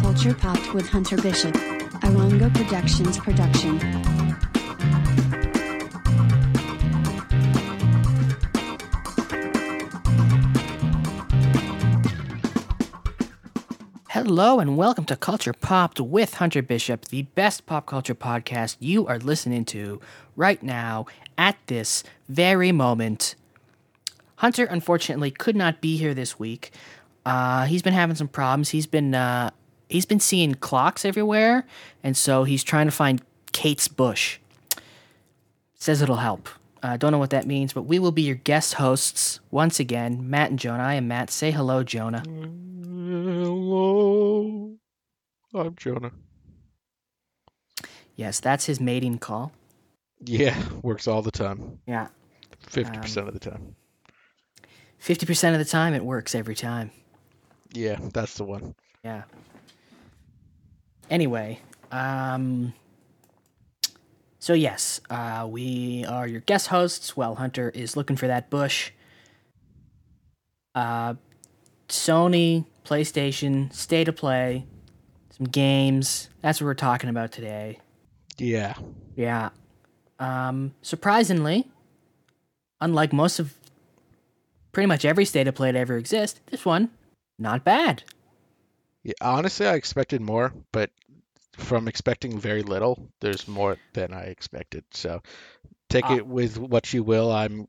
Culture Popped with Hunter Bishop. Iwango Productions Production. Hello and welcome to Culture Popped with Hunter Bishop, the best pop culture podcast you are listening to right now at this very moment. Hunter unfortunately could not be here this week. Uh, he's been having some problems. He's been uh, he's been seeing clocks everywhere, and so he's trying to find Kate's bush. Says it'll help. uh, don't know what that means, but we will be your guest hosts once again, Matt and Jonah. I am Matt. Say hello, Jonah. Hello. I'm Jonah. Yes, that's his mating call. Yeah, works all the time. Yeah. Um, 50% of the time. 50% of the time, it works every time. Yeah, that's the one. Yeah. Anyway, um, so yes, uh, we are your guest hosts. Well, Hunter is looking for that bush. Uh, Sony, PlayStation, State of Play, some games. That's what we're talking about today. Yeah. Yeah. Um, surprisingly, unlike most of pretty much every state of play to ever exist, this one, not bad. yeah. Honestly, I expected more, but from expecting very little, there's more than I expected. So take Uh, it with what you will. I'm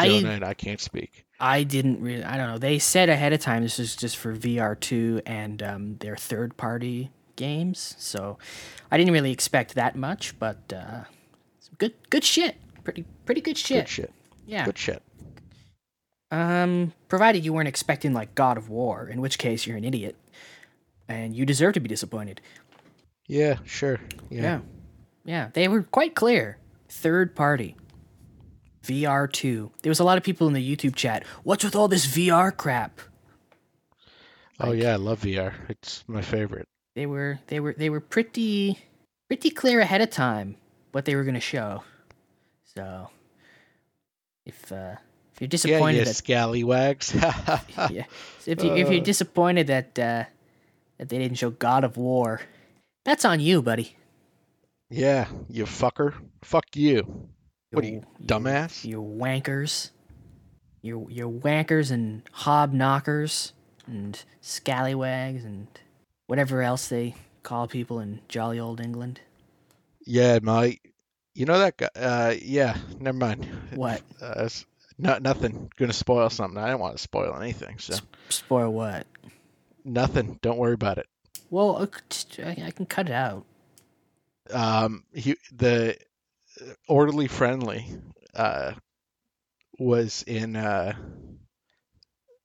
Jonah I and I can't speak. I didn't really I don't know. They said ahead of time this is just for VR2 and um, their third party games, so I didn't really expect that much, but uh, some good good shit. Pretty pretty good shit. Good shit. Yeah. Good shit. Um, provided you weren't expecting like God of War, in which case you're an idiot, and you deserve to be disappointed. Yeah, sure. Yeah. Yeah. Yeah. They were quite clear. Third party. VR2. There was a lot of people in the YouTube chat. What's with all this VR crap? oh yeah, I love VR. It's my favorite. They were they were they were pretty pretty clear ahead of time what they were going to show. So if uh if you're Yeah, disappointed yeah, scallywags. that yeah. So if you if you're Uh. disappointed that uh that they didn't show God of War, that's on you, buddy. yeah, you fucker. Fuck you. What are you, dumbass? you wankers, you you wankers and hobknockers and scallywags and whatever else they call people in jolly old England. Yeah, my, you know that guy. Uh, yeah, never mind. What? Uh, it's not nothing. Gonna spoil something. I didn't want to spoil anything. So S- Spoil what? nothing. Don't worry about it. Well, I c- just- I I can cut it out. Um, he the uh, orderly friendly, uh, was in uh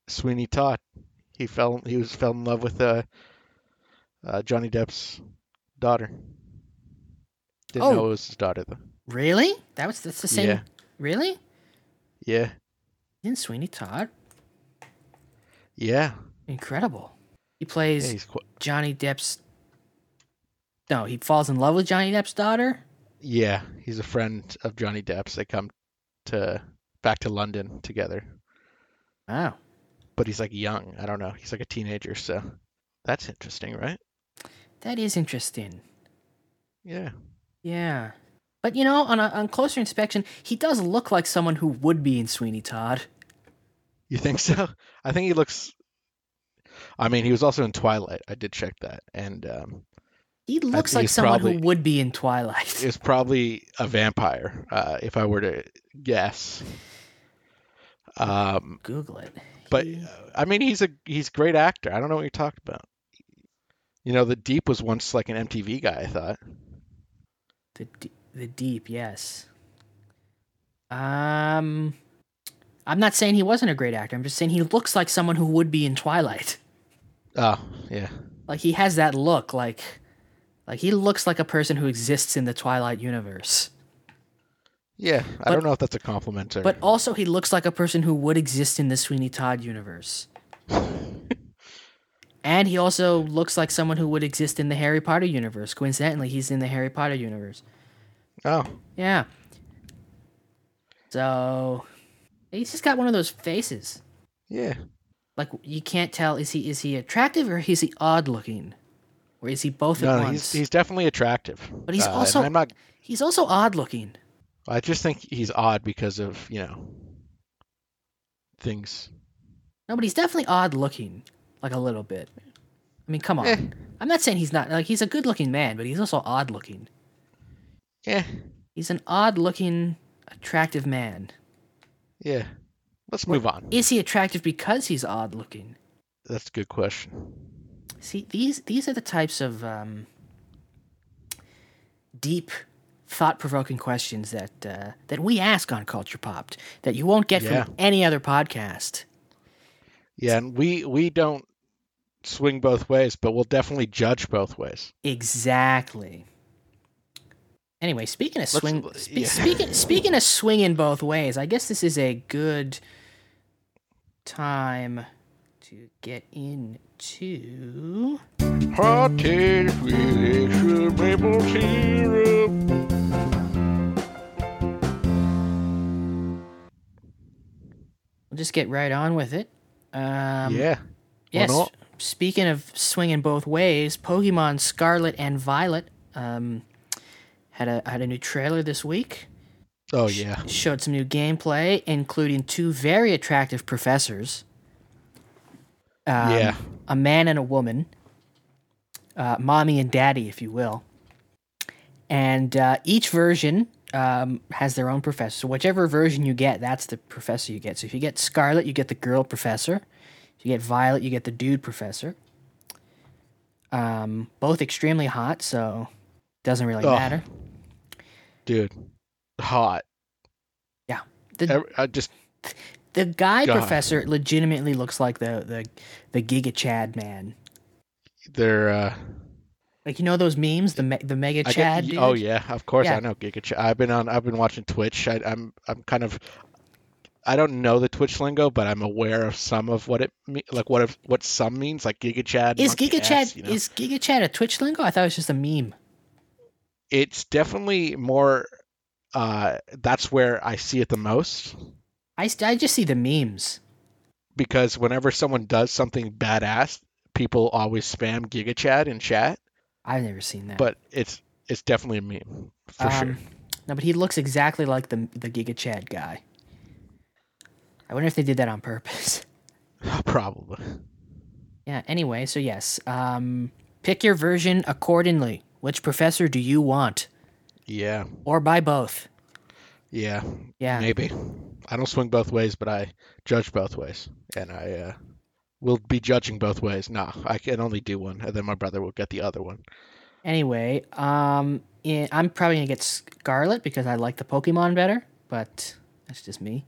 Sweeney Todd. He fell. He was fell in love with uh, uh Johnny Depp's daughter. Didn't know Oh. it was his daughter though. Really? That was that's the same. Yeah. Really? Yeah, In Sweeney Todd, yeah. incredible. He yeah plays he's qu- Johnny Depp's. No, he falls in love with Johnny Depp's daughter. Yeah, he's a friend of Johnny Depp's. They come to back to London together, Wow. but he's like young. I don't know. He's like a teenager, so that's interesting, right? That is interesting. Yeah. Yeah. But you know, on a, on closer inspection, he does look like someone who would be in Sweeney Todd. You think so? I think he looks. I mean, he was also in Twilight. I did check that, and um, He looks like he's someone who probably- would be in Twilight. is probably a vampire, uh, if I were to guess. Um, Google it. But He- uh, I mean, he's a he's a great actor. I don't know what you're talking about. You know, the Deep was once like an MTV guy. I thought. the D- the deep, yes. Um I'm not saying he wasn't a great actor. I'm just saying he looks like someone who would be in Twilight. Oh yeah, Like he has that look like like he looks like a person who exists in the Twilight universe. yeah. I But- don't know if that's a compliment or. But also he looks like a person who would exist in the Sweeney Todd universe. and he also looks like someone who would exist in the Harry Potter universe. Coincidentally, he's in the Harry Potter universe. oh Yeah. So he's just got one of those faces. Yeah. Like you can't tell is he is he attractive or is he odd looking, or is he both at No, once? he's he's definitely attractive. But he's Uh, and also- I'm not. He's also odd looking. I just think he's odd because of you know things. No, but he's definitely odd looking, like a little bit. I mean, come on. Eh. I'm not saying he's not like he's a good looking man, but he's also odd looking. Yeah. He's an odd looking, attractive man. Yeah. Let's move on. Is he attractive because he's odd looking? That's a good question. See, these these are the types of um, deep, thought provoking questions that uh, that we ask on Culture Popped that you won't get Yeah. from any other podcast. Yeah, and we we don't swing both ways, but we'll definitely judge both ways. Exactly. Anyway, speaking of swing, Let's- spe- yeah. speaking speaking of swinging both ways, I guess this is a good time to get into. Hot takes with extra maple syrup. We'll just get right on with it. Um, yeah. Yes. not? Speaking of swinging both ways, Pokemon Scarlet and Violet um, had a had a new trailer this week. Oh yeah. Showed some new gameplay, including two very attractive professors, Um, yeah. a man and a woman, uh, mommy and daddy, if you will. And uh, each version um, has their own professor. So whichever version you get, that's the professor you get. So if you get Scarlet, you get the girl professor. If you get Violet, you get the dude professor. Um, both extremely hot, so doesn't really Oh. matter. Dude. Hot. Yeah. The- Ev- I just The guy God. professor legitimately looks like the the the Giga Chad man. they're uh Like you know those memes, the me- the Mega I Chad. get, dude? oh yeah, of course Yeah. I know Giga Chad. I've been on I've been watching Twitch. I, I'm I'm kind of I don't know the Twitch lingo, but I'm aware of some of what it me- like what if, what some means like Giga Chad. Is monkey Giga ass, Chad you know? is Giga Chad a Twitch lingo? I thought it was just a meme. it's definitely more uh that's where I see it the most I, st- I just see the memes. because whenever someone does something badass, people always spam Giga Chad in chat, I've never seen that. Um, but it's it's definitely a meme for sure. No, but he looks exactly like the the Giga Chad guy. I wonder if they did that on purpose. Probably. yeah. Anyway, so yes, um, pick your version accordingly. Which professor do you want, Yeah. or buy both? Yeah. Yeah. Maybe. I don't swing both ways, but I judge both ways, and I uh, will be judging both ways. Nah, I can only do one, and then my brother will get the other one. Anyway, um, yeah, I'm probably gonna get Scarlet because I like the Pokemon better, but that's just me.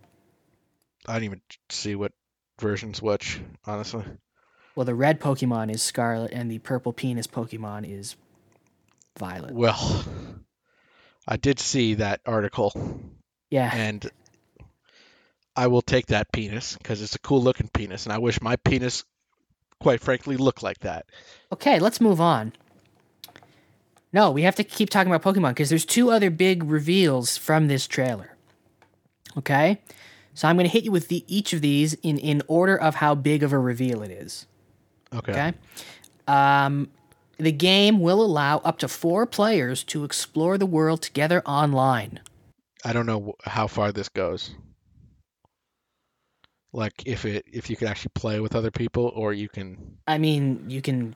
I don't even see what versions which, honestly. Well, the red Pokemon is Scarlet, and the purple penis Pokemon is Violet. Well, I did see that article, Yeah. and I will take that penis because it's a cool looking penis, and I wish my penis, quite frankly, looked like that. Okay, let's move on. No, we have to keep talking about Pokemon because there's two other big reveals from this trailer. Okay? So I'm going to hit you with the, each of these in, in order of how big of a reveal it is. Okay. Okay? Um, the game will allow up to four players to explore the world together online. I don't know wh- how far this goes. Like if it if you can actually play with other people or you can I mean, you can,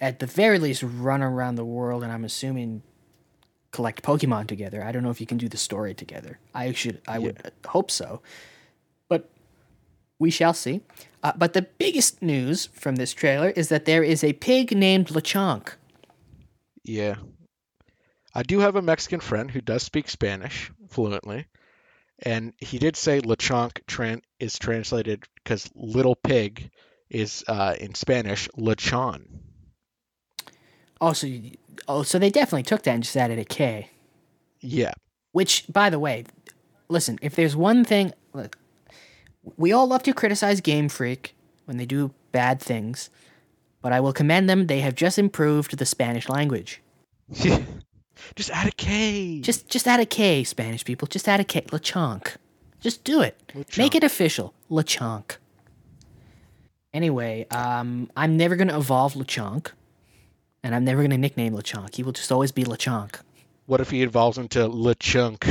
at the very least, run around the world, and I'm assuming collect Pokemon together. I don't know if you can do the story together. I should, I would hope so, but we shall see. Uh, but the biggest news from this trailer is that there is a pig named Lechonk. yeah. I do have a Mexican friend who does speak Spanish fluently, and he did say lechonk tran- is translated because little pig is uh, in Spanish lechon. Oh, so, you, oh, so they definitely took that and just added a K. Yeah, Which, by the way, listen, if there's one thing, look, we all love to criticize Game Freak when they do bad things, but I will commend them. They have just improved the Spanish language. just add a K. Just, just add a K, Spanish people. Just add a K, lechonk. Just do it. LeChonk. Make it official. LeChonk. Anyway, um, I'm never going to evolve LeChonk. And I'm never going to nickname LeChonk. He will just always be LeChonk. What if he evolves into LeChunk?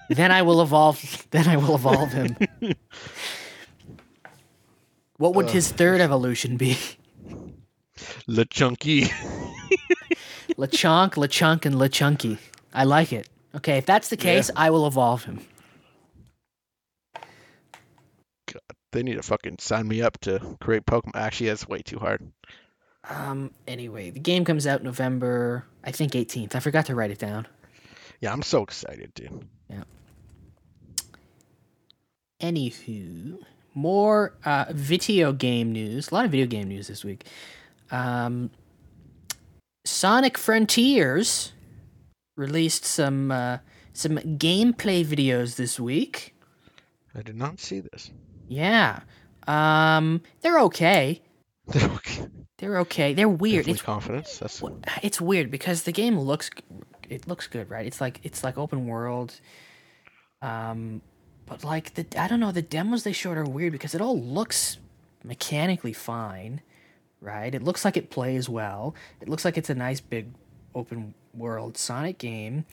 then I will evolve. Then I will evolve him. what would his third evolution be? LeChunky. LeChonk, LeChunk, and LeChunky. I like it. Okay, if that's the case, I will evolve him. They need to fucking sign me up to create Pokemon. Actually, that's way too hard. Um. Anyway, the game comes out November, I think 18th. I forgot to write it down. Yeah, I'm so excited, dude. Anywho, more uh, video game news. A lot of video game news this week. Um, Sonic Frontiers released some uh, some gameplay videos this week. I did not see this. Yeah, um, they're okay. okay. They're okay. They're weird. Definitely It's confidence. That's Well, it's weird because the game looks it looks good right it's like it's like open world um but like the i don't know the demos they showed are weird because it all looks mechanically fine right it looks like it plays well it looks like it's a nice big open world sonic game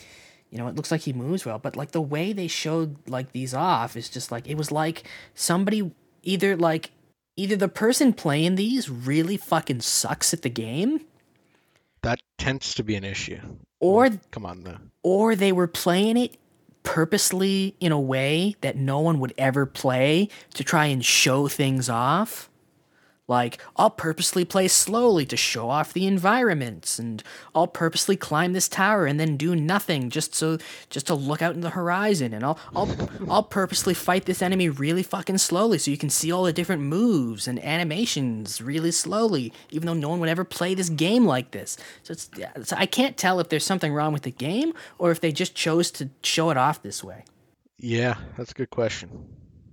you know it looks like he moves well but like the way they showed like these off is just like it was like somebody either like either the person playing these really fucking sucks at the game that tends to be an issue. or Come on, though. or they were playing it purposely in a way that no one would ever play to try and show things off. Like, I'll purposely play slowly to show off the environments, and I'll purposely climb this tower and then do nothing just so just to look out in the horizon, and I'll I'll I'll purposely fight this enemy really fucking slowly so you can see all the different moves and animations really slowly, even though no one would ever play this game like this. So it's so I can't tell if there's something wrong with the game or if they just chose to show it off this way. Yeah, that's a good question.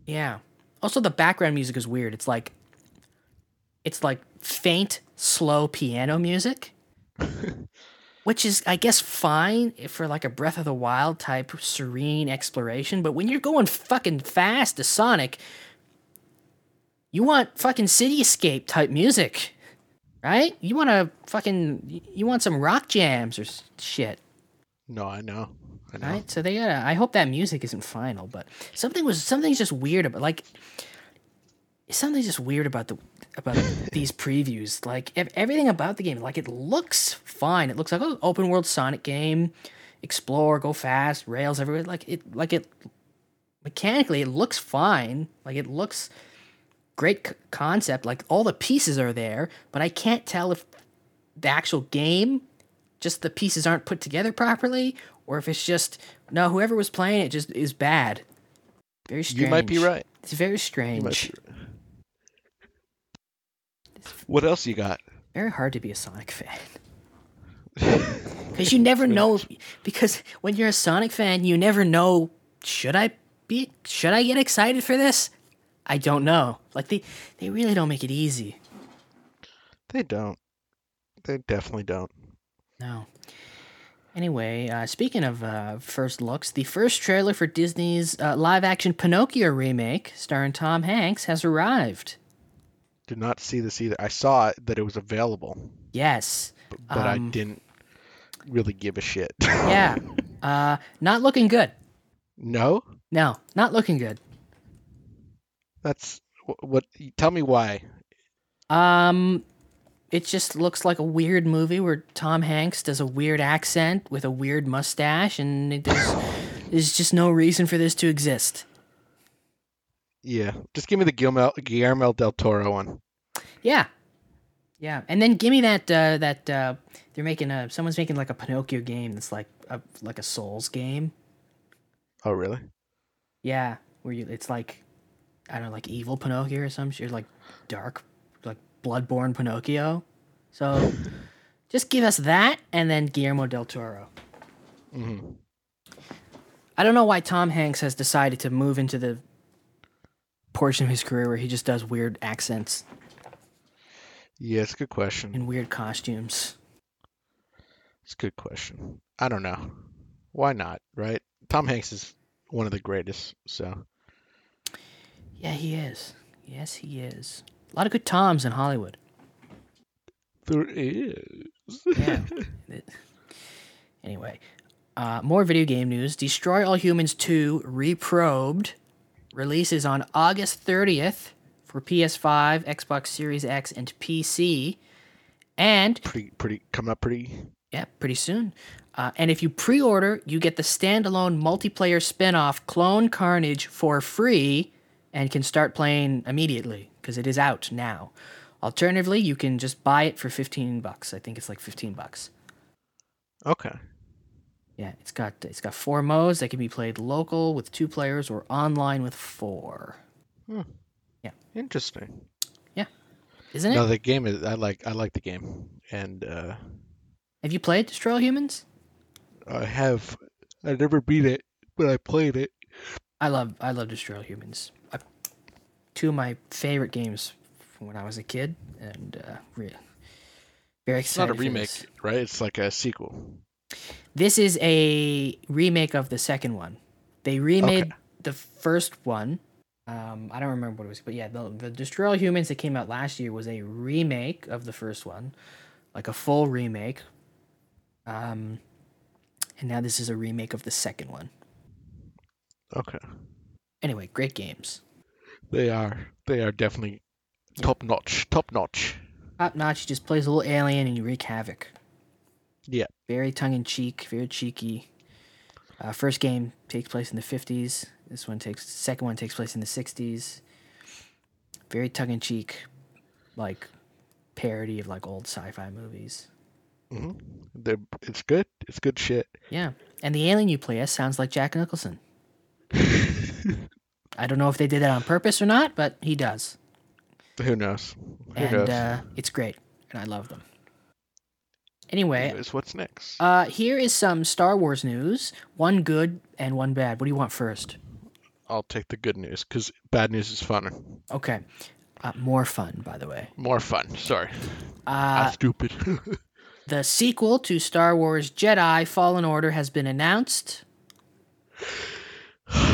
Yeah. Also, the background music is weird. It's like, it's like faint, slow piano music, which is, I guess, fine if for like a Breath of the Wild type serene exploration. But when you're going fucking fast to Sonic, you want fucking cityscape type music, right? You want to fucking, you want some rock jams or s- shit. No, I know. I know. Right? So they gotta. I hope that music isn't final, but something was something's just weird about like something's just weird about the about these previews. Like ev- everything about the game, like it looks fine. It looks like an open world Sonic game, explore, go fast, rails everywhere. Like it, like it mechanically, it looks fine. Like it looks great c- concept. Like all the pieces are there, but I can't tell if the actual game just the pieces aren't put together properly, or if it's just no, whoever was playing it just is bad. Very strange. You might be right. It's very You might strange. be right. What else you got? Very hard to be a Sonic fan. Because you never know. Because when you're a Sonic fan, you never know. Should I be? Should I get excited for this? I don't know. Like they, they really don't make it easy. They don't. They definitely don't. No. Anyway, uh, speaking of uh, first looks, the first trailer for Disney's uh, live-action Pinocchio remake, starring Tom Hanks, has arrived. Did not see this either. I saw it, that it was available, Yes. but I Um, didn't really give a shit. Yeah. Uh, not looking good. no, No, not looking good. that's wh- what. Tell me why. Um, it just looks like a weird movie where Tom Hanks does a weird accent with a weird mustache, and it- there's there's just no reason for this to exist. Yeah, just give me the Guillermo, Guillermo del Toro one. Yeah, yeah, and then give me that uh, that uh, they're making a someone's making like a Pinocchio game that's like a like a Souls game. Oh, really? Yeah, where you it's like I don't know, like evil Pinocchio or some shit, like dark, like bloodborne Pinocchio. So just give us that, and then Guillermo del Toro. hmm I don't know why Tom Hanks has decided to move into the portion of his career where he just does weird accents Yeah, it's a good question. and weird costumes. It's a good question. I don't know. Why not, right? Tom Hanks is one of the greatest. So Yeah, he is. Yes, he is. A lot of good Toms in Hollywood. there is. Yeah. It- anyway, uh, more video game news. Destroy All Humans 2 Reprobed releases on August 30th for PS5, Xbox Series X, and PC. And pretty pretty coming up pretty. yeah, pretty soon. Uh, and if you pre order, you get the standalone multiplayer spin off Clone Carnage for free and can start playing immediately because it is out now. Alternatively, you can just buy it for 15 bucks. I think it's like 15 bucks. Okay. Yeah, it's got it's got four modes that can be played local with two players or online with four. Interesting. Isn't it? No, the game is I like I like the game. And uh Have you played Destroy All Humans? I have I never beat it, but I played it. I love I love Destroy All Humans. I, two of my favorite games from when I was a kid, and uh, re- very It's excited. not a for remake, This. right? It's like a sequel. This is a remake of the second one. They remade the first one. Um, I don't remember what it was, but yeah, the, the Destroy All Humans that came out last year was a remake of the first one, like a full remake. Um, and now this is a remake of the second one. Okay. Anyway, great games. They are they are definitely top notch. Top notch. top notch. He just plays a little alien and you wreak havoc. Yeah. Very tongue in cheek, very cheeky. Uh, first game takes place in the fifties. This one takes second one takes place in the sixties. Very tongue in cheek, like parody of like old sci-fi movies. hmm Mm-hmm. They're, it's good. It's good shit. Yeah, and the alien you play as sounds like Jack Nicholson. I don't know if they did that on purpose or not, but he does, Who knows? Who and knows? uh, it's great, and I love them. Anyway, Anyways, what's next? Uh, here is some Star Wars news. One good and one bad. What do you want first? I'll take the good news because bad news is funner. Okay. Uh, more fun, by the way. More fun. Sorry. Ah, Uh, stupid. the sequel to Star Wars Jedi Fallen Order has been announced. That's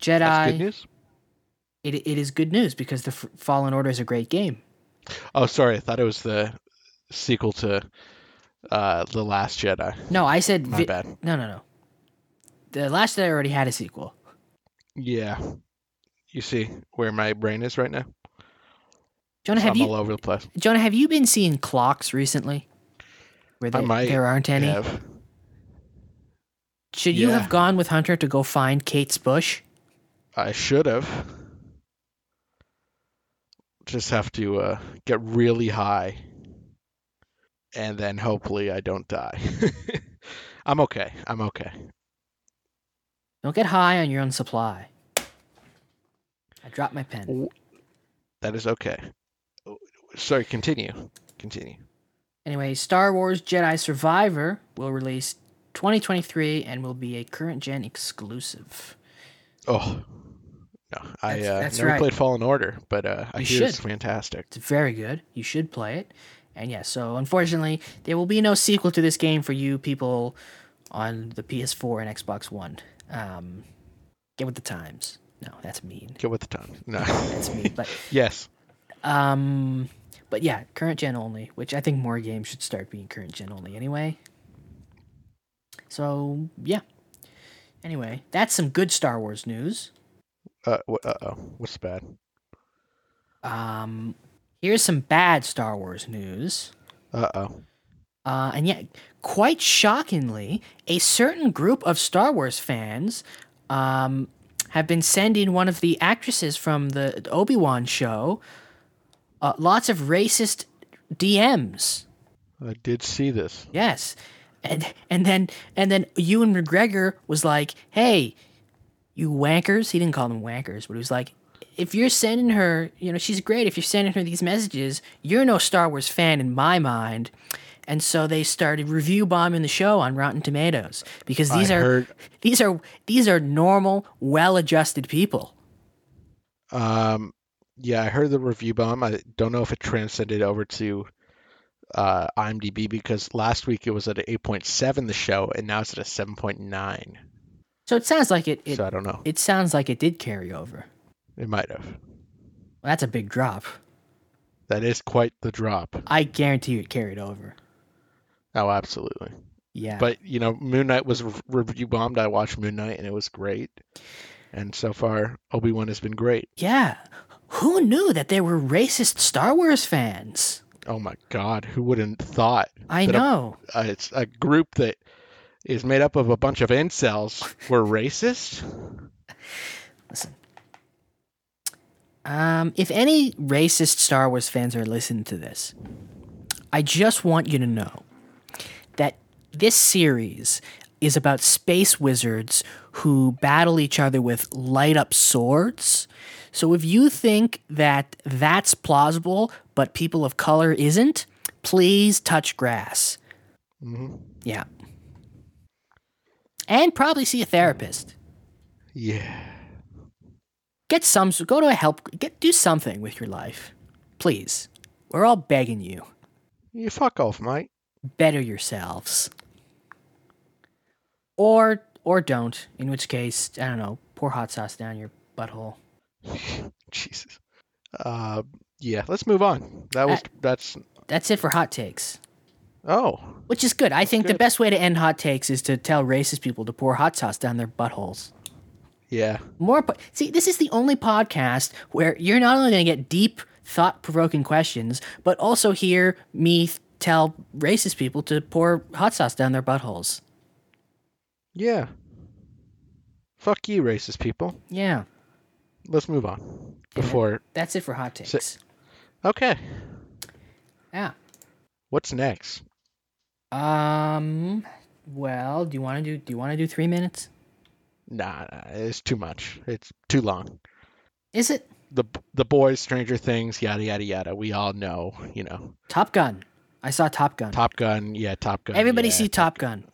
good Jedi. news. It, it is good news because the F- Fallen Order is a great game. Oh, sorry. I thought it was the sequel to uh, The Last Jedi. No, I said. My vi- bad. No, no, no. The Last Jedi already had a sequel. Yeah. You see where my brain is right now? Jonah, have I'm you all over the place. Jonah, have you been seeing clocks recently? Where I there- might there aren't any. Have- Should you Yeah. have gone with Hunter to go find Kate's bush? I should have. Just have to uh, get really high. And then hopefully I don't die. I'm okay. I'm okay. Don't get high on your own supply. I dropped my pen. That is okay. Sorry, continue. Continue. Anyway, Star Wars Jedi Survivor will release 2023 and will be a current gen exclusive. Oh. No, I That's- uh, that's never right. played Fallen Order, but uh, I You hear it's should. fantastic. It's very good. You should play it. And yeah, so unfortunately, there will be no sequel to this game for you people on the PS4 and Xbox One. Um, get with the times. No, that's mean. Get with the time. No. That's mean. But yes. Um, but yeah, current gen only, which I think more games should start being current gen only anyway. So yeah. Anyway, that's some good Star Wars news. Uh oh. What's bad? Um, here's some bad Star Wars news. Uh oh. Uh, and yet, quite shockingly, a certain group of Star Wars fans um, have been sending one of the actresses from the Obi Wan show uh, lots of racist DMs. I did see this. Yes. And and then and then Ewan McGregor was like, "Hey, you wankers." He didn't call them wankers, but he was like, "If you're sending her, you know, she's great. If you're sending her these messages, you're no Star Wars fan in my mind." And so they started review bombing the show on Rotten Tomatoes because these I are heard- these are these are normal, well-adjusted people. Um, yeah, I heard the review bomb. I don't know if it transcended over to uh, IMDb because last week it was at an 8.7, the show, and now it's at a 7.9. So it sounds like it. It, so I don't know. it sounds like it did carry over. It might have. Well, that's a big drop. That is quite the drop. I guarantee you it carried over. Oh, absolutely. Yeah. But you know, Moon Knight was re- review bombed. I watched Moon Knight and it was great. And so far, Obi Wan has been great. yeah. Who knew that there were racist Star Wars fans? Oh my God, who wouldn't thought? I that a- know. uh, it's a group that is made up of a bunch of incels were racist. Listen. Um, if any racist Star Wars fans are listening to this, I just want you to know that this series is about space wizards who battle each other with light up swords. So if you think that that's plausible, but people of color isn't, please touch grass. hmm Yeah. And probably see a therapist. Yeah. get some go to a help get do something with your life please we're all begging you You fuck off, mate. better yourselves or or don't in which case i don't know pour hot sauce down your butthole Jesus. Uh, yeah, let's move on. That was Uh, that's that's it for hot takes oh which is good i think the good. best way to end hot takes is to tell racist people to pour hot sauce down their buttholes yeah. more po- see this is the only podcast where you're not only going to get deep thought-provoking questions but also hear me th- tell racist people to pour hot sauce down their buttholes Yeah. Fuck you, racist people. yeah Let's move on. Before that's it for hot takes okay, yeah what's next? um well do you want to do do you want to do three minutes Nah, nah, it's too much. It's too long. is it The the boys, Stranger Things, yada yada yada. We all know, you know, top gun i saw top gun Top Gun. Yeah, Top Gun. everybody yeah. see top gun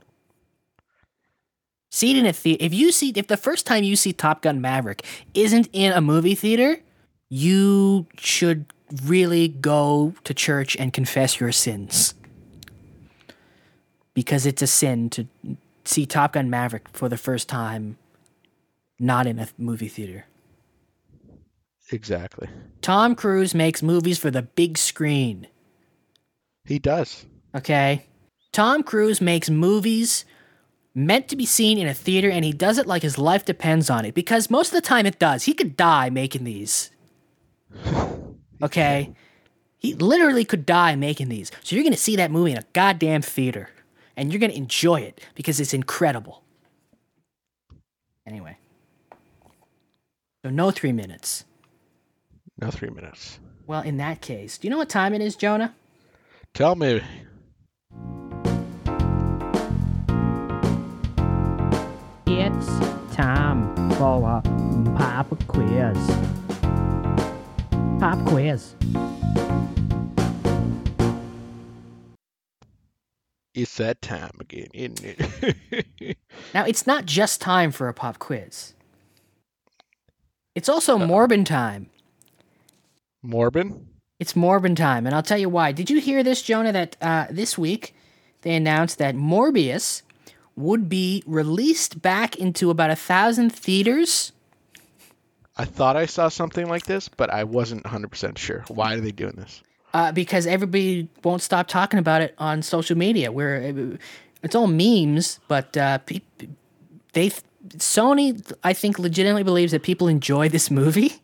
see it in a theater if you see if the first time you see top gun maverick isn't in a movie theater you should really go to church and confess your sins because it's a sin to see top gun maverick for the first time not in a movie theater Exactly. Tom Cruise makes movies for the big screen, He does. okay? Tom Cruise makes movies meant to be seen in a theater and he does it like his life depends on it because most of the time it does. He could die making these. Okay? He literally could die making these. So you're going to see that movie in a goddamn theater and you're going to enjoy it because it's incredible. Anyway. So no 3 minutes. No three minutes. Well, in that case, do you know what time it is, Jonah? Tell me. It's time for a pop quiz. Pop quiz. It's that time again, isn't it? Now, it's not just time for a pop quiz. It's also Morbin time. Morbin? It's Morbin time, and I'll tell you why. Did you hear this, Jonah? That uh, this week they announced that Morbius would be released back into about a thousand theaters. I thought I saw something like this, but I wasn't 100% sure. Why are they doing this? uh, because everybody won't stop talking about it on social media. Where it- it's all memes, but uh, pe- pe- they Sony, I think, legitimately believes that people enjoy this movie,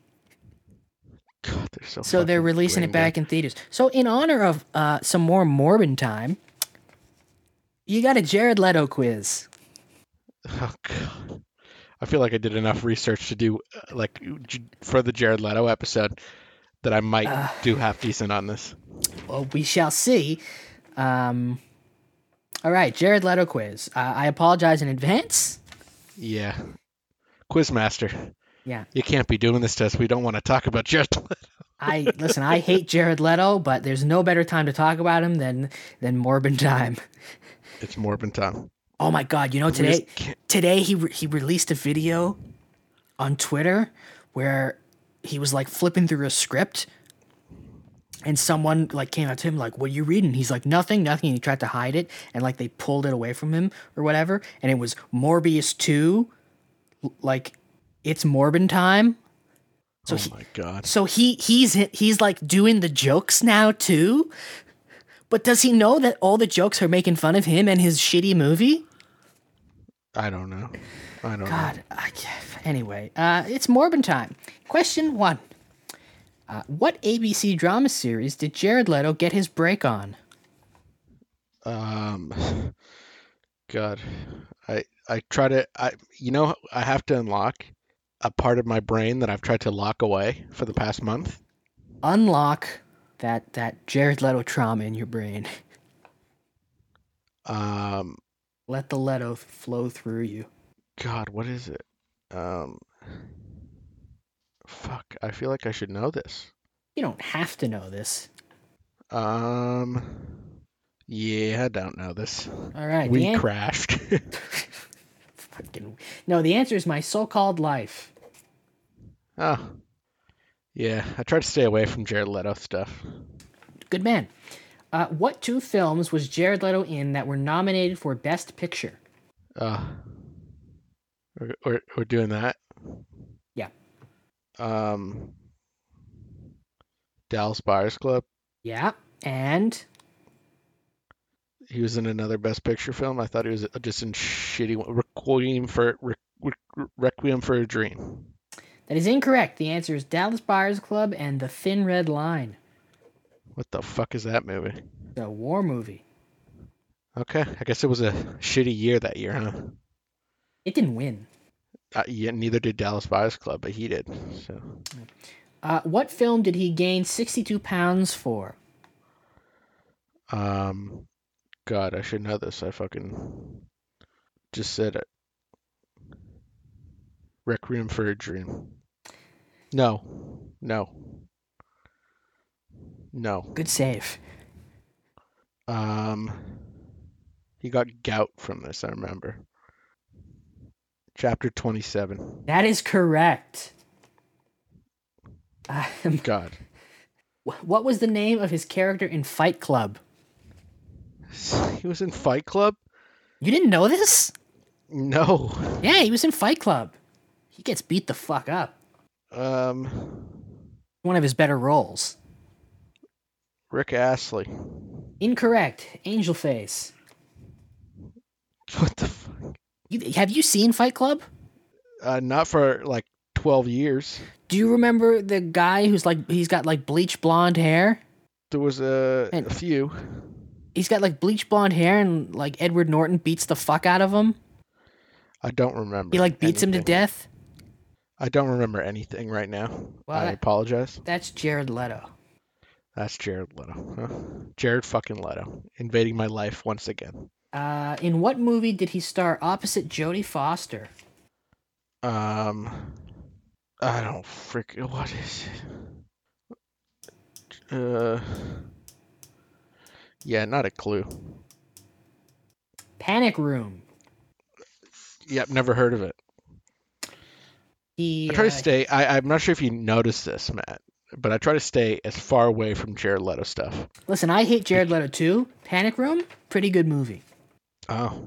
God, they're so so they're fucking releasing it lame, back in theaters. So in honor of uh, some more Morbin time, you got a Jared Leto quiz. dude. Oh, God. I feel like I did enough research to do, uh, like, j- for the Jared Leto episode that I might do half decent on this. Well, we shall see. Um, all right, Jared Leto quiz. Uh, I apologize in advance. Yeah. Quizmaster, Yeah, you can't be doing this to us. We don't want to talk about Jared Leto. I listen. I hate Jared Leto, but there's no better time to talk about him than than Morbin time. It's Morbin time. Oh my God! You know We just today can't- today he re- he released a video on Twitter where he was like flipping through a script, and someone like came up to him like, "What are you reading?" He's like, "Nothing, nothing." And he tried to hide it, and like they pulled it away from him or whatever, and it was Morbius two, l- like it's Morbin time. So oh he, my god. so he he's he's like doing the jokes now too. But does he know that all the jokes are making fun of him and his shitty movie? I don't know. I don't know. God, I can't. Anyway, uh, it's Morbin time. Question one: uh, What ABC drama series did Jared Leto get his break on? Um, God, I I try to I you know I have to unlock a part of my brain that I've tried to lock away for the past month. Unlock that that Jared Leto trauma in your brain. Um, Let the Leto flow through you. God, what is it? Um, fuck, I feel like I should know this. You don't have to know this. Um, yeah, I don't know this. All right. the We an- crashed. Fucking- no, the answer is my so-called life. oh, yeah, I try to stay away from Jared Leto stuff. Good man. Uh, what two films was Jared Leto in that were nominated for Best Picture? Uh, we're, we're, we're doing that. Yeah. Um, Dallas Buyers Club. Yeah, and He was in another Best Picture film. I thought he was uh, just in shitty one. Requiem for Re, Re- Requiem for a Dream. that is incorrect. The answer is Dallas Buyers Club and The Thin Red Line, What the fuck is that movie? the war movie. Okay, I guess it was a shitty year that year, huh? It didn't win. Uh, yeah, neither did Dallas Buyers Club, but he did. So, Uh, what film did he gain 62 pounds for? um, God, I should know this. I fucking just said it. Requiem for a Dream. No, no, no. Good save. Um, he got gout from this. I remember. Chapter twenty-seven. That is correct. Um, God, wh- what was the name of his character in Fight Club? he was in Fight Club. You didn't know this? No. Yeah, he was in Fight Club. He gets beat the fuck up. Um, One of his better roles. Rick Astley. Incorrect. Angel Face. What the fuck? You, have you seen Fight Club? Uh, not for like 12 years. Do you remember the guy who's like he's got like bleach blonde hair? There was a, And- a few. He's got like bleach blonde hair and like Edward Norton beats the fuck out of him. I don't remember. He like beats him to anything. death. I don't remember anything right now. Well, I that- apologize. That's Jared Leto. That's Jared Leto. Huh? Jared fucking Leto. Invading my life once again. Uh, in what movie did he star opposite Jodie Foster? Um, I don't freaking. What is it? Uh, yeah, not a clue. Panic Room. Yep, never heard of it. He I try to uh, stay. I, I'm not sure if you noticed this, Matt, but I try to stay as far away from Jared Leto stuff. listen. I hate Jared Leto too. Panic Room, pretty good movie. Oh,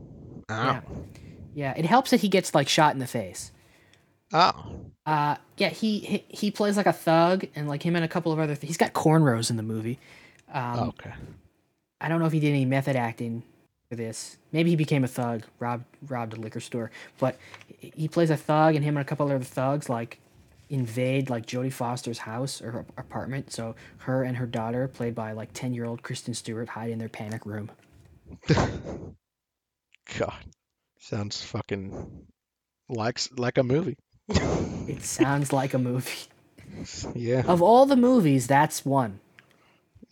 oh, Yeah. Yeah, it helps that he gets like shot in the face. oh! Uh, yeah, he, he he plays like a thug, and like him and a couple of other. Th- he's got cornrows in the movie. Um, Oh, okay. I don't know if he did any method acting for this. Maybe he became a thug, robbed robbed a liquor store. But he he plays a thug, and him and a couple other thugs like invade like Jodie Foster's house or ap- apartment. So her and her daughter, played by like ten year old Kristen Stewart, hide in their panic room. God, sounds fucking like s- like a movie. It sounds like a movie. yeah. Of all the movies, that's one.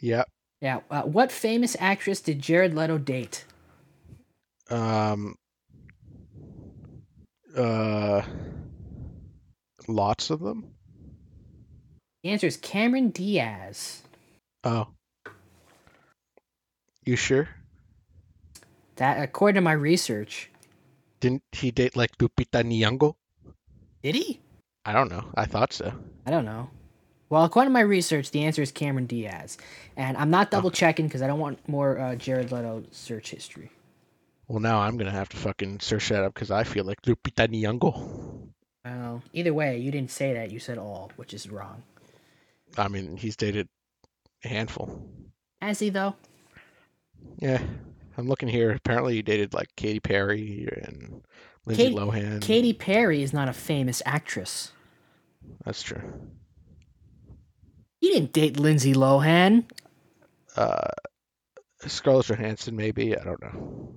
Yep. Yeah. Uh, what famous actress did Jared Leto date? Um. Uh. Lots of them. The answer is Cameron Diaz. Oh. You sure? That, according to my research, Didn't he date like Lupita Nyong'o? did he? I don't know. I thought so. I don't know. Well, according to my research, the answer is Cameron Diaz, and I'm not double checking because I don't want more uh, Jared Leto search history. Well, now I'm gonna have to fucking search that up because I feel like Lupita Nyong'o. So either way, you didn't say that. You said all, which is wrong. I mean, he's dated a handful. Has he though? Yeah, I'm looking here. Apparently, he dated like Katy Perry and Lindsay Katy- Lohan. Katy Perry is not a famous actress. That's true. You didn't date Lindsay Lohan. Uh, Scarlett Johansson, maybe. I don't know.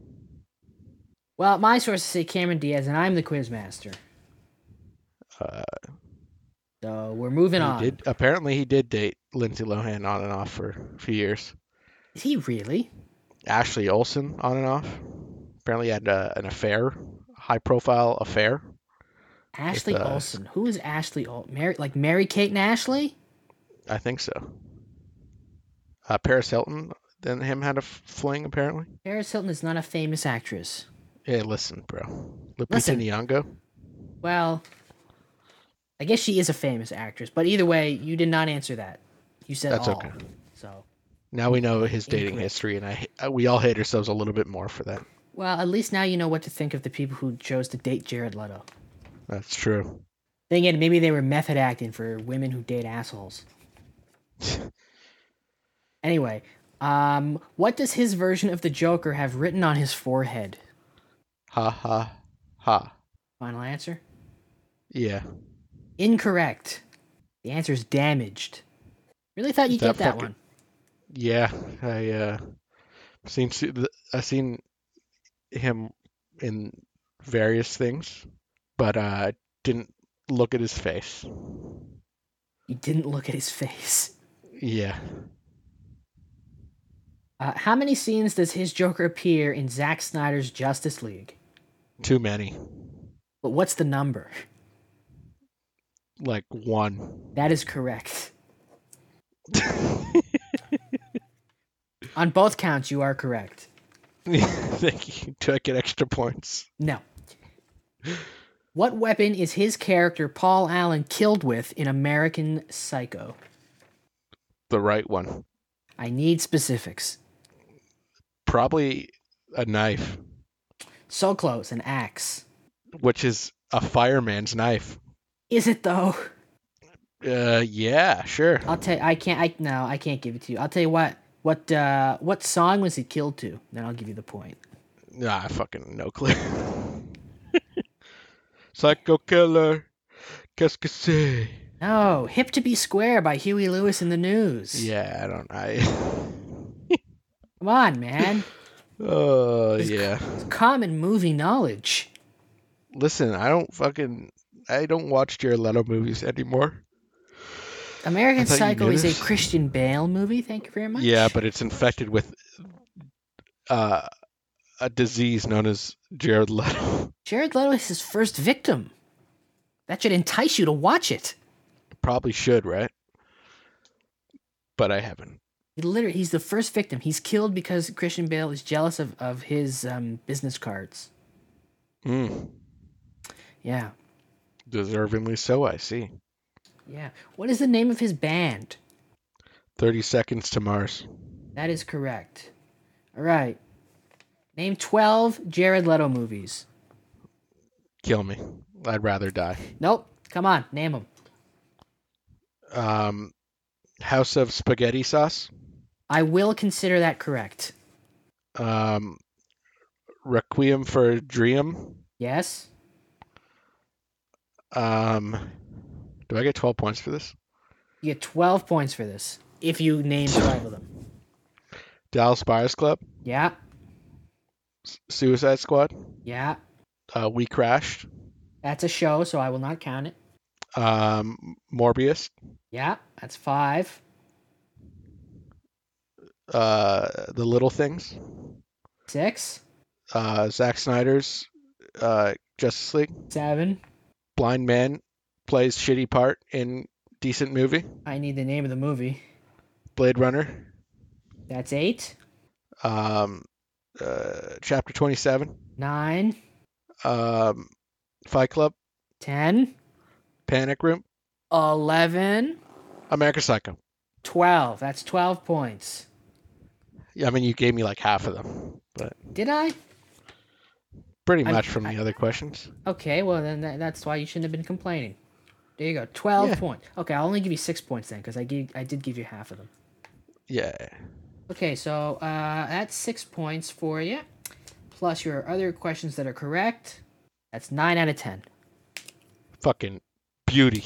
Well, my sources say Cameron Diaz, and I'm the quiz master. Uh, So we're moving on. he did apparently he did date Lindsay Lohan on and off for a few years. Is he really? Ashley Olsen on and off. Apparently had uh, an affair, high profile affair. Ashley uh, Olsen. Who is Ashley Olsen? Mary, like Mary Kate and Ashley? I think so. Uh, Paris Hilton then him had a f- fling apparently. Paris Hilton is not a famous actress. Yeah, listen, bro. Lupita Listen. Nyong'o. Well, I guess she is a famous actress, but either way, you did not answer that. You said That's all. okay. So, Now we know his dating Incorrect. history, and I h- uh, we all hate ourselves a little bit more for that. well, at least now you know what to think of the people who chose to date Jared Leto. That's true. Then again, maybe they were method acting for women who date assholes. Anyway, um, what does his version of the Joker have written on his forehead? ha ha ha. Final answer? Yeah. Incorrect. The answer is damaged. Really thought you'd get That that fucking- one. Yeah, I uh seen s- th- I seen him in various things, but uh didn't look at his face. You didn't look at his face. Yeah. Uh, how many scenes does his Joker appear in Zack Snyder's Justice League? Too many. But what's the number? Like one. That is correct. On both counts, you are correct. Thank you. Do I get extra points? No. What weapon is his character Paul Allen killed with in American Psycho? The right one. I need specifics. Probably a knife, So close, an axe. which is a fireman's knife. Is it though? Uh yeah, sure. I'll tell. I can't. I no. I can't give it to you. I'll tell you what. What uh, what song was he killed to? Then I'll give you the point. Nah, I fucking no clue. Psycho killer. Qu'est-ce que c'est? No, "Hip to Be Square" by Huey Lewis in the News. Yeah, I don't. I. Come on, man. Oh yeah. Common movie knowledge. Listen, I don't fucking. I don't watch Jared Leto movies anymore. American I thought you Psycho knew is this. a Christian Bale movie. Thank you very much. Yeah, but it's infected with uh, a disease known as Jared Leto. Jared Leto is his first victim. That should entice you to watch it. Probably should, right? But I haven't. He literally, he's the first victim. He's killed because Christian Bale is jealous of of his um, business cards. Mm, Yeah, deservingly so, I see. yeah. What is the name of his band? Thirty seconds to Mars. That is correct. All right. Name 12 Jared Leto movies. Kill me. I'd rather die. Nope. Come on, name them. Um, House of Spaghetti Sauce. I will consider that correct. Um, Requiem for a Dream. Yes? Um, do I get 12 points for this? You get 12 points for this if you name 12 of them. Dallas Buyers Club, Yeah. S- Suicide Squad, Yeah. uh, We Crashed, That's a show, so I will not count it. um, Morbius, Yeah. That's 5. uh, The Little Things, 6. uh, Zack Snyder's uh, Justice League. 7. Blind Man plays shitty part in decent movie. I need the name of the movie. Blade Runner, That's 8. um, uh, Chapter 27, 9. um, Fight Club, 10. Panic Room, 11. American Psycho. 12. That's 12 points. Yeah, I mean, you gave me like half of them, but Did I? Pretty I'm- much from the other questions. Okay, well then tha that's why you shouldn't have been complaining. There you go, twelve Yeah. points. Okay, I'll only give you six points then, because I gave I did give you half of them. Yeah. Okay, so uh, that's six points for you, plus your other questions that are correct. That's nine out of ten. Fucking beauty.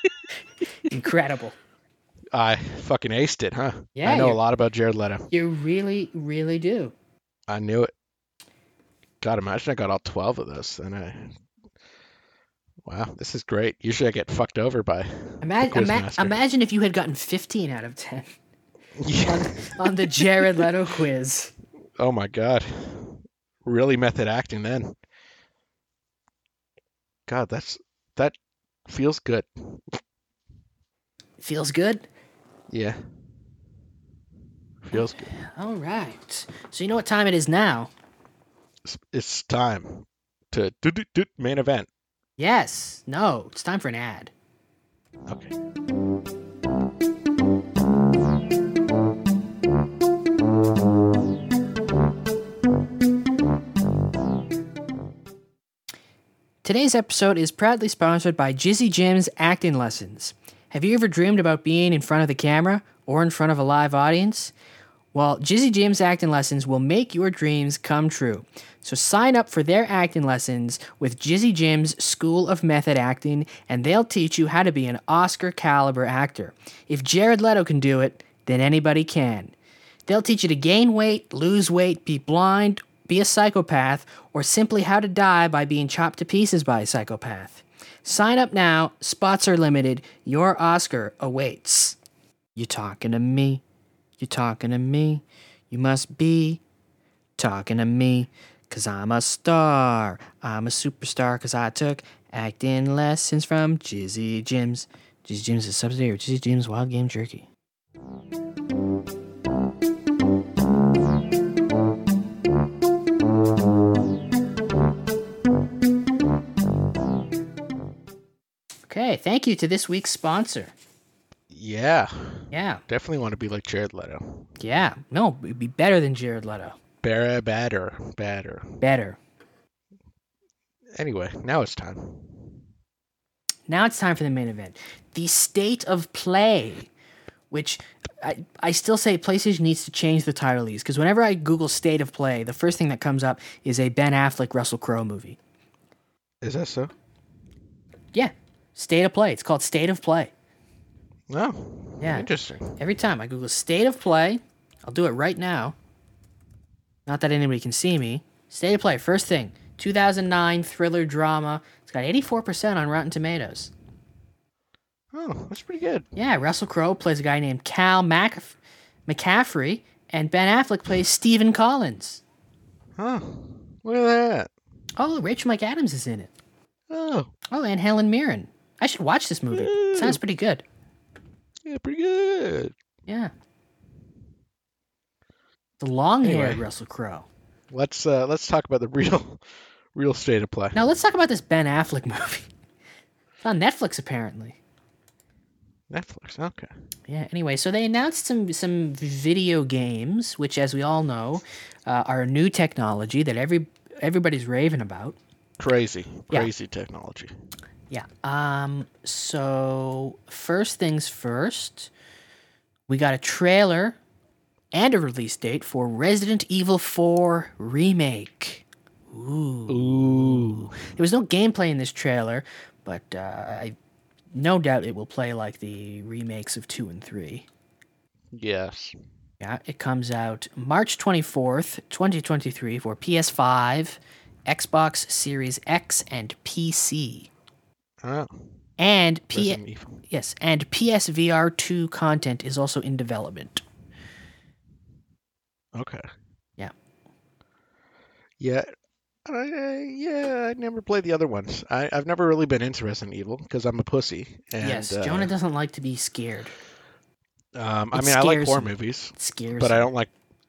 Incredible. I fucking aced it, huh? Yeah, I know you're- a lot about Jared Leto. You really, really do. I knew it. God, imagine I got all 12 of those. And I. Wow, this is great. Usually I get fucked over by. Imagine, ima- Quizmaster. imagine if you had gotten fifteen out of ten on, Yeah. on the Jared Leto quiz. Oh my God. Really method acting then. God, that's. That feels good. Feels good. Yeah. Feels good. All right. So you know what time it is now. It's, it's time to do, do, do, main event. Yes. No. It's time for an ad. Okay. Today's episode is proudly sponsored by Jizzy Jim's Acting Lessons. Have you ever dreamed about being in front of the camera or in front of a live audience? Well, Jizzy Jim's acting lessons will make your dreams come true. So sign up for their acting lessons with Jizzy Jim's School of Method Acting, and they'll teach you how to be an Oscar caliber actor. If Jared Leto can do it, then anybody can. They'll teach you to gain weight, lose weight, be blind, be a psychopath, or simply how to die by being chopped to pieces by a psychopath. Sign up now, spots are limited, your Oscar awaits. You talking to me? You talking to me? You must be talking to me, cause I'm a star. I'm a superstar, cause I took acting lessons from Jizzy Jim's. Jizzy Jim's is a subsidiary of Jizzy Jim's Wild Game Jerky. Okay, thank you to this week's sponsor. Yeah. Yeah, Definitely want to be like Jared Leto. yeah. No, it'd be better than Jared Leto. Better, better, better. Better. Anyway, now it's time. Now it's time for the main event. The state of play, which I, I still say PlayStation needs to change the title of these because whenever I Google state of play, the first thing that comes up is a Ben Affleck Russell Crowe movie. Is that so? Yeah, state of play. It's called state of play. No. Yeah. Oh. Interesting. Every time I Google state of play, I'll do it right now. Not that anybody can see me. State of play, first thing 2009 thriller drama. It's got 84% on Rotten Tomatoes. Oh, that's pretty good. Yeah, Russell Crowe plays a guy named Cal Mac- McCaffrey, and Ben Affleck plays Stephen Collins. Huh. Look at that. Oh, Rachel McAdams is in it. Oh, Oh, and Helen Mirren. I should watch this movie. It sounds pretty good. yeah, pretty good. Yeah. The long haired Anyway. Russell Crowe. Let's uh let's talk about the real real state of play. Now let's talk about this Ben Affleck movie. It's on Netflix apparently. Netflix. Okay. Yeah. Anyway, so they announced some some video games, which, as we all know, uh, are a new technology that every everybody's raving about. Crazy. Yeah. Crazy technology. Yeah. Um. So first things first, we got a trailer and a release date for Resident Evil 4 remake. Ooh. There was no gameplay in this trailer, but uh, I no doubt it will play like the remakes of two and three. Yes. Yeah, it comes out March 24th, 2023 for PS5, Xbox Series X, and PC. Oh. And P- Resident Evil. yes, and PSVR 2 content is also in development. Okay. Yeah. Yeah. I, I, yeah, I never played the other ones. I, I've never really been into Resident Evil because I'm a pussy. And, yes, uh, Jonah doesn't like to be scared. Um, It I mean, I like scares horror me. movies, It scares. but I him. don't like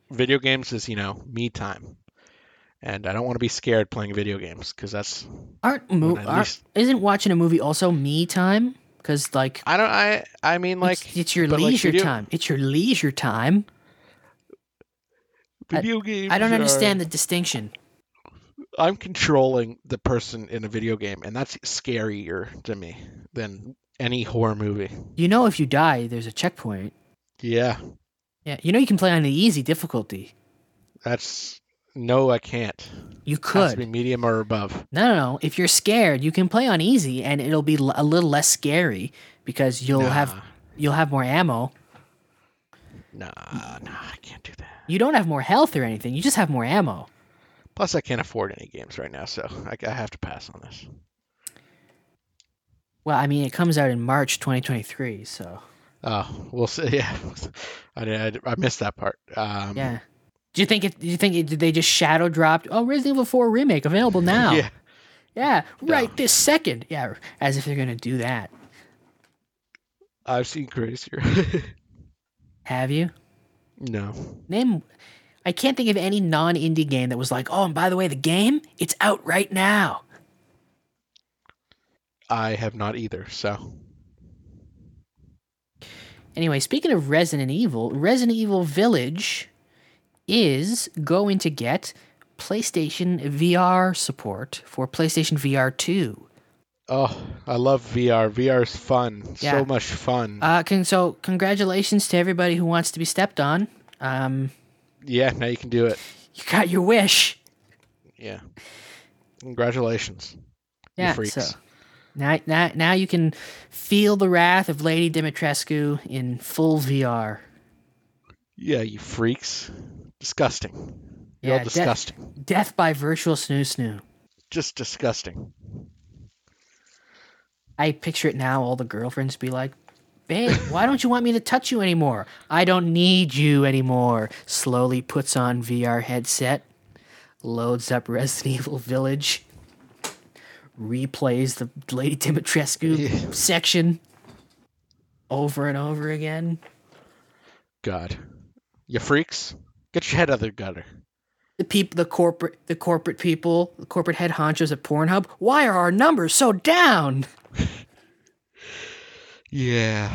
video games. Is you know me time, and I don't want to be scared playing video games because that's aren't mo- at aren't, least- isn't watching a movie also me time? Because like, I don't I I mean like it's, it's your but, like, leisure video- time. It's your leisure time. video games. I don't are- understand the distinction. I'm controlling the person in a video game, and that's scarier to me than any horror movie. You know, if you die, there's a checkpoint. Yeah, Yeah, you know you can play on the easy difficulty. that's no, I can't. You Has to be could. medium or above. No, no, no. If you're scared, you can play on easy, and it'll be l- a little less scary because you'll have Nah. you'll have more ammo. Nah, Mm. nah, I can't do that. You don't have more health or anything. You just have more ammo. Plus, I can't afford any games right now, so I, I have to pass on this. Well, I mean, it comes out in March 2023, so Oh, we'll see. Yeah, I, did- I missed that part. Um, yeah. Do you think it? Do you think it, did they just shadow dropped? Oh, Resident Evil 4 remake available now. Yeah. Yeah, right this second. Yeah, as if they're gonna do that. I've seen crazier. Have you? no. Name. I can't think of any non-indie game that was like, oh, and by the way, the game it's out right now. I have not either. So, Anyway, speaking of Resident Evil, Resident Evil Village is going to get PlayStation VR support for PlayStation VR 2. oh, I love VR. VR is fun. Yeah. So much fun. Uh, con- so, congratulations to everybody who wants to be stepped on. Um, yeah, now you can do it. you got your wish. Yeah. Congratulations. you Yeah, freaks. so now, now, now you can feel the wrath of Lady Dimitrescu in full VR. Yeah, you freaks. Disgusting. You're Yeah, all de- disgusting. Death by virtual snoo snoo. Just disgusting. I picture it now. All the girlfriends be like, "Babe, why don't you want me to touch you anymore? I don't need you anymore." Slowly puts on VR headset, loads up Resident Evil Village, replays the Lady Dimitrescu Yeah. section over and over again. God. You freaks. Get your head out of the gutter. The peop the corporate, the corporate people, the corporate head honchos at Pornhub. Why are our numbers so down? Yeah.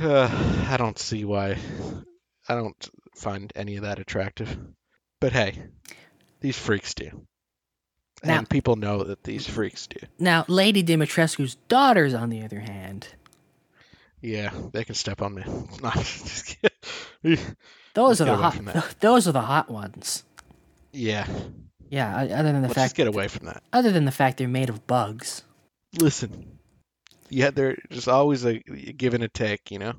Uh, I don't see why. I don't find any of that attractive. But hey, these freaks do. Now- and people know that these freaks do. Now, Lady Dimitrescu's daughters, on the other hand, Yeah, they can step on me. No, I'm just kidding. Those are Get the away hot. from that. Those are the hot ones. yeah, Yeah. o- Other than the let's just fact, get away from that. other than the fact they're made of bugs. Listen, yeah, they're just always a give and a take, you know.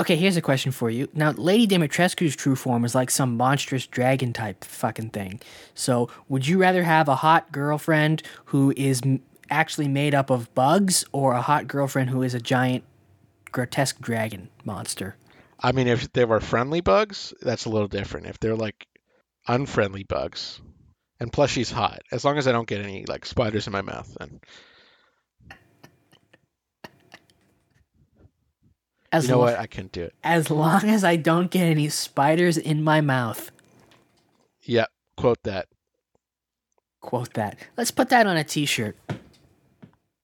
Okay, here's a question for you. Now, Lady Dimitrescu's true form is like some monstrous dragon type fucking thing. So, would you rather have a hot girlfriend who is m- actually made up of bugs, or a hot girlfriend who is a giant, grotesque dragon monster? I mean, if they were friendly bugs, that's a little different. If they're like unfriendly bugs, and plus she's hot. As long as I don't get any like spiders in my mouth, then As you know lo- what? I couldn't do it. as long as I don't get any spiders in my mouth. Yeah, quote that. Quote that. Let's put that on a T-shirt.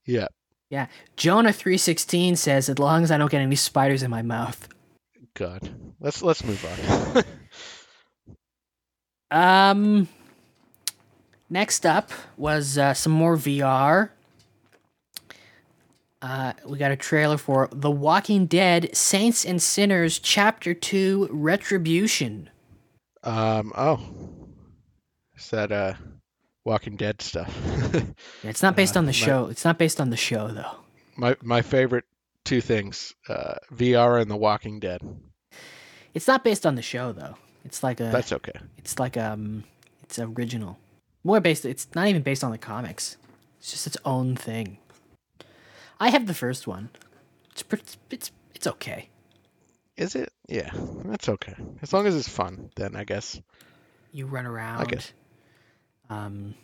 Yeah, Yeah, Jonah three sixteen says, "As long as I don't get any spiders in my mouth." God. Let's let's move on. Um. Next up was uh, some more VR. Uh, we got a trailer for The Walking Dead: Saints and Sinners Chapter Two: Retribution. um. Oh, is that uh, Walking Dead stuff? Yeah, it's not based Uh, on the my- show. It's not based on the show though. my my favorite two things: uh, VR and The Walking Dead. It's not based on the show though. It's like a. That's okay. It's like um. It's original. More based. It's not even based on the comics. It's just its own thing. I have the first one. It's pret- it's it's okay. Is it? Yeah, that's okay. As long as it's fun, then I guess. you run around. guess. Um,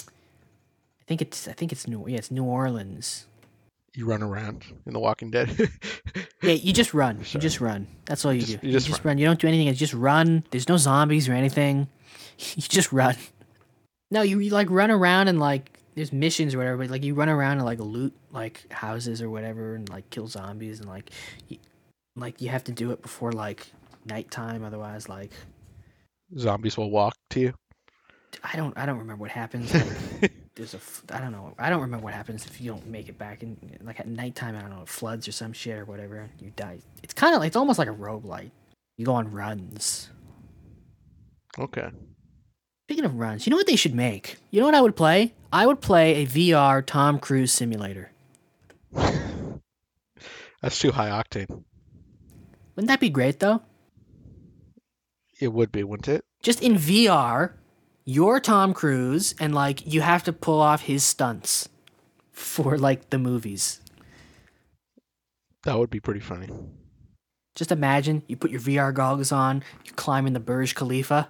I think it's I think it's New yeah it's New Orleans. you run around in The Walking Dead. Yeah, you just run. You just run. That's all you Just- do. you You just just, run. You don't do anything. You just run. There's no zombies or anything. You just run. No, you, you like run around and like there's missions or whatever. But like you run around and like loot like houses or whatever and like kill zombies and like you, like you have to do it before like nighttime. Otherwise, like Zombies will walk to you. I don't I don't remember what happens. Like, There's a f- I don't know I don't remember what happens if you don't make it back and like at nighttime I don't know it floods or some shit or whatever you die. It's kind of it's almost like a roguelite. You go on runs. Okay. Speaking of runs, you know what they should make? You know what I would play? I would play a VR Tom Cruise simulator. That's too high octane. Wouldn't that be great though? It would be, wouldn't it? Just in VR, you're Tom Cruise and like you have to pull off his stunts for like the movies. That would be pretty funny. Just imagine you put your VR goggles on, you climb in the Burj Khalifa.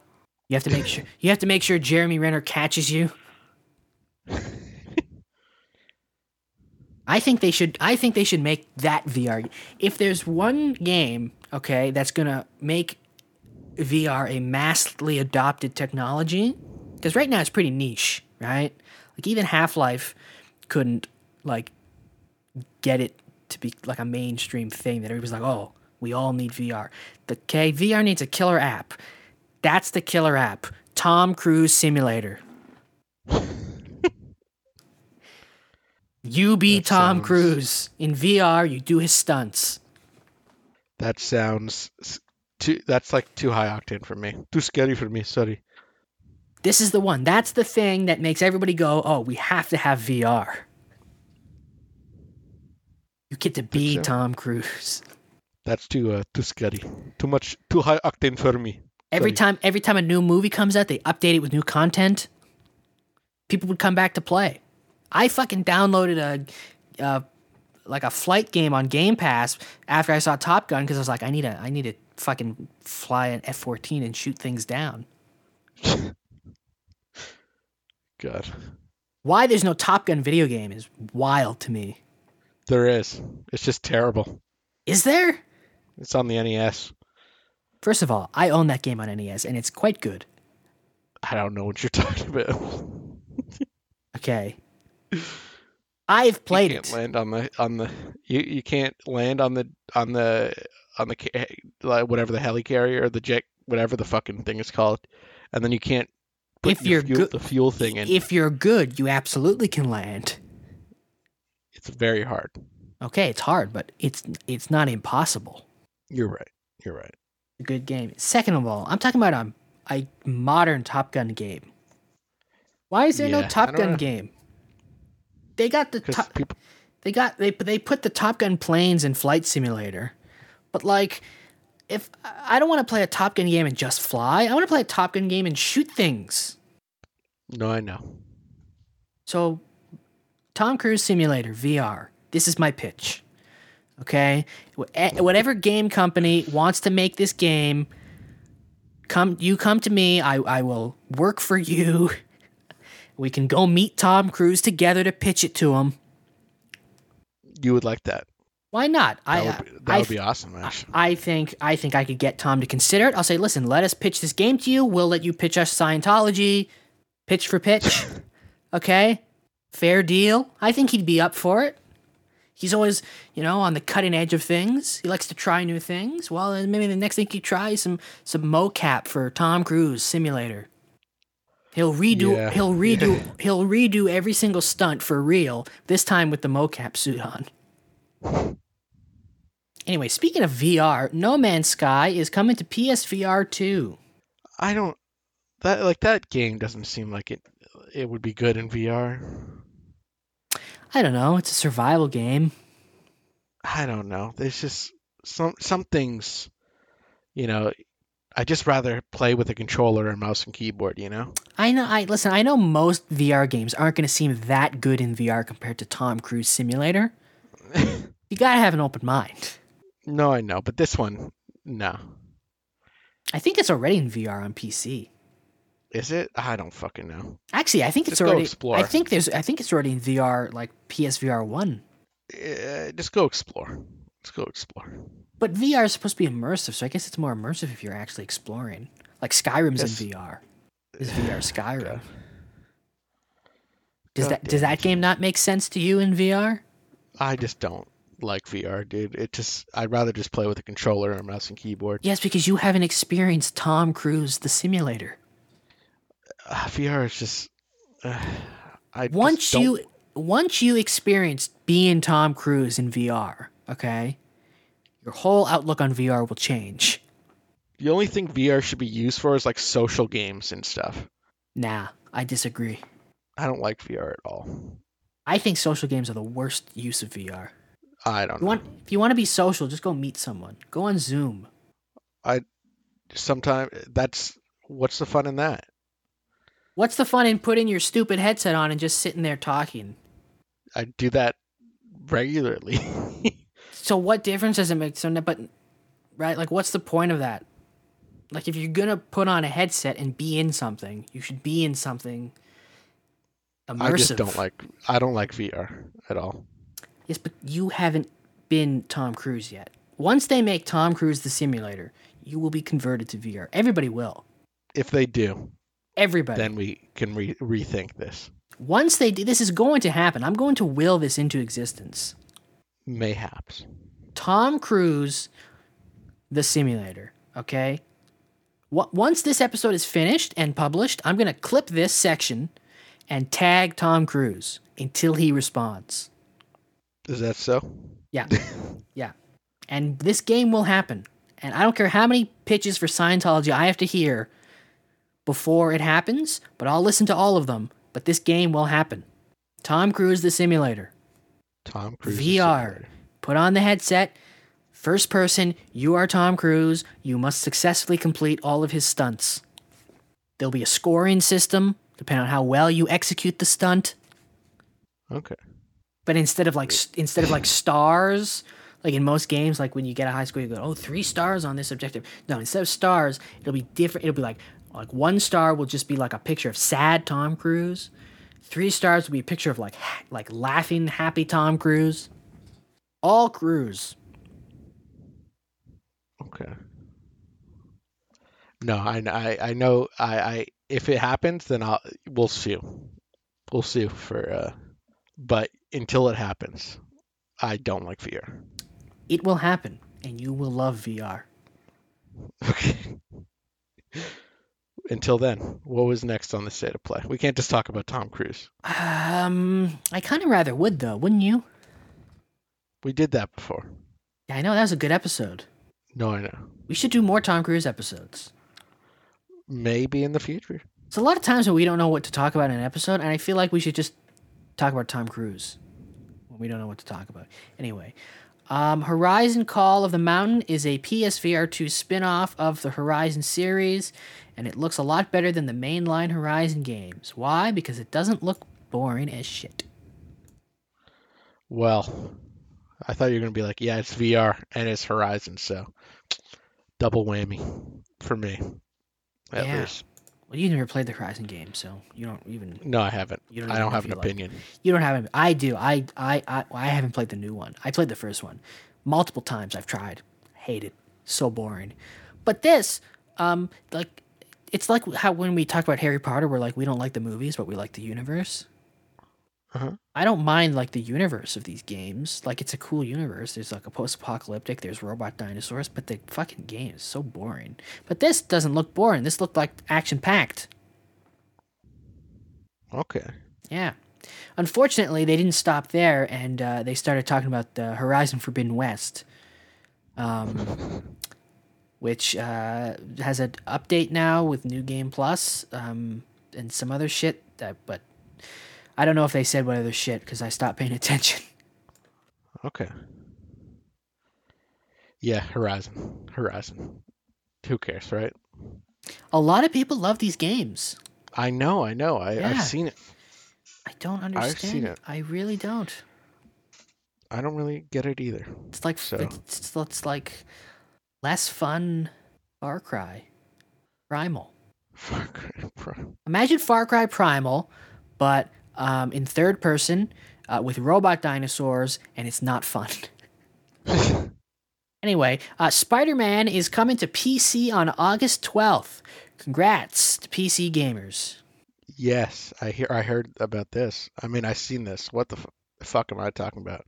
You have to make sure you have to make sure Jeremy Renner catches you. I think they should I think they should make that VR. If there's one game, okay, that's going to make VR a massively adopted technology, cuz right now it's pretty niche, right? Like even Half-Life couldn't like get it to be like a mainstream thing that everybody's like, "Oh, we all need VR." The K VR needs a killer app. That's the killer app. Tom Cruise Simulator. you be That Tom sounds- Cruise in VR. You do his stunts. That sounds s- too. That's like too high octane for me. Too scary for me. Sorry. This is the one. That's the thing that makes everybody go, "Oh, we have to have VR." You get to be so. Tom Cruise. That's too uh, too scary. Too much. Too high octane for me. Every Sorry. time every time a new movie comes out, they update it with new content. People would come back to play. I fucking downloaded a uh, like a flight game on Game Pass after I saw Top Gun because I was like, I need a I need to fucking fly an F fourteen and shoot things down. God, Why there's no Top Gun video game is wild to me. there is. It's just terrible. Is there? It's on the E NES. First of all, I own that game on NES and it's quite good. I don't know what you're talking about. Okay. I've played you it. can't land on the on the you, you can't land on the on the on the ca- like, whatever the helicarrier or the jet whatever the fucking thing is called and then you can't put If your you're fuel, good- the fuel thing in If you're good, you absolutely can land. it's very hard Okay, it's hard, but it's it's not impossible. you're right you're right It's a good game. Second of all, I'm talking about a, a modern Top Gun game. Why is there no Yeah, I Top don't Gun know. game? They got the because top, people they got they they put the Top Gun planes in Flight Simulator, but like if I don't want to play a Top Gun game and just fly, I want to play a Top Gun game and shoot things. no i know So, Tom Cruise Simulator VR. This is my pitch. Okay, Wh- eh, whatever game company wants to make this game, come you come to me. I I will work for you. We can go meet Tom Cruise together to pitch it to him. you would like that Why not? that I uh, would be, that I would be awesome actually I think I think I could get Tom to consider it. I'll say, listen, let us pitch this game to you. We'll let you pitch us Scientology, pitch for pitch. okay, fair deal. I think he'd be up for it. He's always, you know, on the cutting edge of things. He likes to try new things. Well, then maybe the next thing he tries some some mocap for Tom Cruise simulator. He'll redo. Yeah. He'll redo. He'll redo every single stunt for real. This time with the mocap suit on. Anyway, speaking of VR, No Man's Sky is coming to PSVR 2. i don't that like that game doesn't seem like it it would be good in vr I don't know, it's a survival game. I don't know. There's just some some things, you know. I just rather play with a controller and mouse and keyboard, you know. I know I listen, I know most VR games aren't going to seem that good in VR compared to Tom Cruise Simulator. you got to have an open mind. No, I know, but this one, no. I think it's already in VR on PC. Is it? I don't fucking know. Actually, I think it's Just go already explore. I think there's I think it's already in VR like PSVR 1. Uh, just go explore. Just go explore. But VR is supposed to be immersive, so I guess it's more immersive if you're actually exploring. Like Skyrim's Yes. in VR. Is VR Skyrim? Does God that does damn that game not make sense to you in VR? I just don't like VR, dude. It just I'd rather just play with a controller and a mouse and keyboard. Yes, because you haven't experienced Tom Cruise the simulator. uh, VR is just. Uh, I just once don't- you once you experience being Tom Cruise in VR, okay, your whole outlook on VR will change. The only thing VR should be used for is like social games and stuff. Nah, I disagree. I don't like VR at all. I think social games are the worst use of VR. I don't You know. want if you want to be social, just go meet someone. Go on Zoom. Sometimes that's what's the fun in that? What's the fun in putting your stupid headset on and just sitting there talking? I do that regularly. So what difference does it make? So, no- but right, like, what's the point of that? Like, if you're gonna put on a headset and be in something, you should be in something immersive. I just don't like I don't like VR at all. Yes, but you haven't been Tom Cruise yet. Once they make Tom Cruise the simulator, you will be converted to VR. Everybody will. If they do, Everybody. then we can re- rethink this. Once they do, this is going to happen. I'm going to will this into existence. Mayhaps. Tom Cruise, the simulator. Okay. Wa- Once this episode is finished and published, I'm gonna clip this section and tag Tom Cruise until he responds. Is that so? Yeah, yeah. And this game will happen. And I don't care how many pitches for Scientology I have to hear before it happens, but I'll listen to all of them. But this game will happen. Tom Cruise, the simulator. Tom Cruise. is VR. Put on the headset. First person, you are Tom Cruise. You must successfully complete all of his stunts. There'll be a scoring system, depending on how well you execute the stunt. simulator. Okay. But instead of like st- instead of like stars, like in most games, like when you get a high score, you go, oh, three stars on this objective. No, instead of stars, it'll be different. It'll be like like one star will just be like a picture of sad Tom Cruise. Three stars will be a picture of like ha- like laughing happy Tom Cruise. All Cruise. Okay. No, I I I know I I if it happens then I'll we'll sue. We'll sue for uh but until it happens, I don't like VR. It will happen, and you will love VR. Okay. Until then, what was next on the state of play? We can't just talk about Tom Cruise. Um, I kind of rather would though, wouldn't you? We did that before. Yeah, I know that was a good episode. No, I know. We should do more Tom Cruise episodes. Maybe in the future. It's a lot of times when we don't know what to talk about in an episode, and I feel like we should just talk about Tom Cruise when we don't know what to talk about. Anyway, um, Horizon Call of the Mountain is a PSVR 2 spin off of the Horizon series, and it looks a lot better than the mainline Horizon games. Why? Because it doesn't look boring as shit. Well, I thought you were gonna be like, yeah, it's VR and it's Horizon, so double whammy for me. At Yeah. least. Well, you never played the Horizon game, so you don't even No, I haven't. You don't I even don't know if have an you like it. opinion. You don't have any. I do. I I I, I haven't played the new one. I played the first one multiple times. I've tried. Hate it. So boring. But this, um, like, it's like how when we talk about Harry Potter, we're like we don't like the movies, but we like the universe. Uh-huh. I don't mind like the universe of these games. Like it's a cool universe. There's like a post-apocalyptic. There's robot dinosaurs, but the fucking game is so boring. But this doesn't look boring. This looked like action-packed. Okay. Yeah. Unfortunately, they didn't stop there, and uh, they started talking about the Horizon Forbidden West, um, which uh, has an update now with New Game Plus um, and some other shit. That, but I don't know if they said what other shit because I stopped paying attention. Okay. Yeah, Horizon. Horizon. Who cares, right? A lot of people love these games. I know, I know. I, Yeah. I've seen it. I don't understand. I've seen it. I really don't. I don't really get it either. It's like So- it's, it's like less fun Far Cry, Primal. Fuck. bro. Imagine Far Cry Primal, but um, in third person uh, with robot dinosaurs, and it's not fun. anyway, uh, Spider Man is coming to PC on August 12th. Congrats to PC gamers. yes, I hear. I heard about this. I mean, I've seen this. What the f- fuck am I talking about?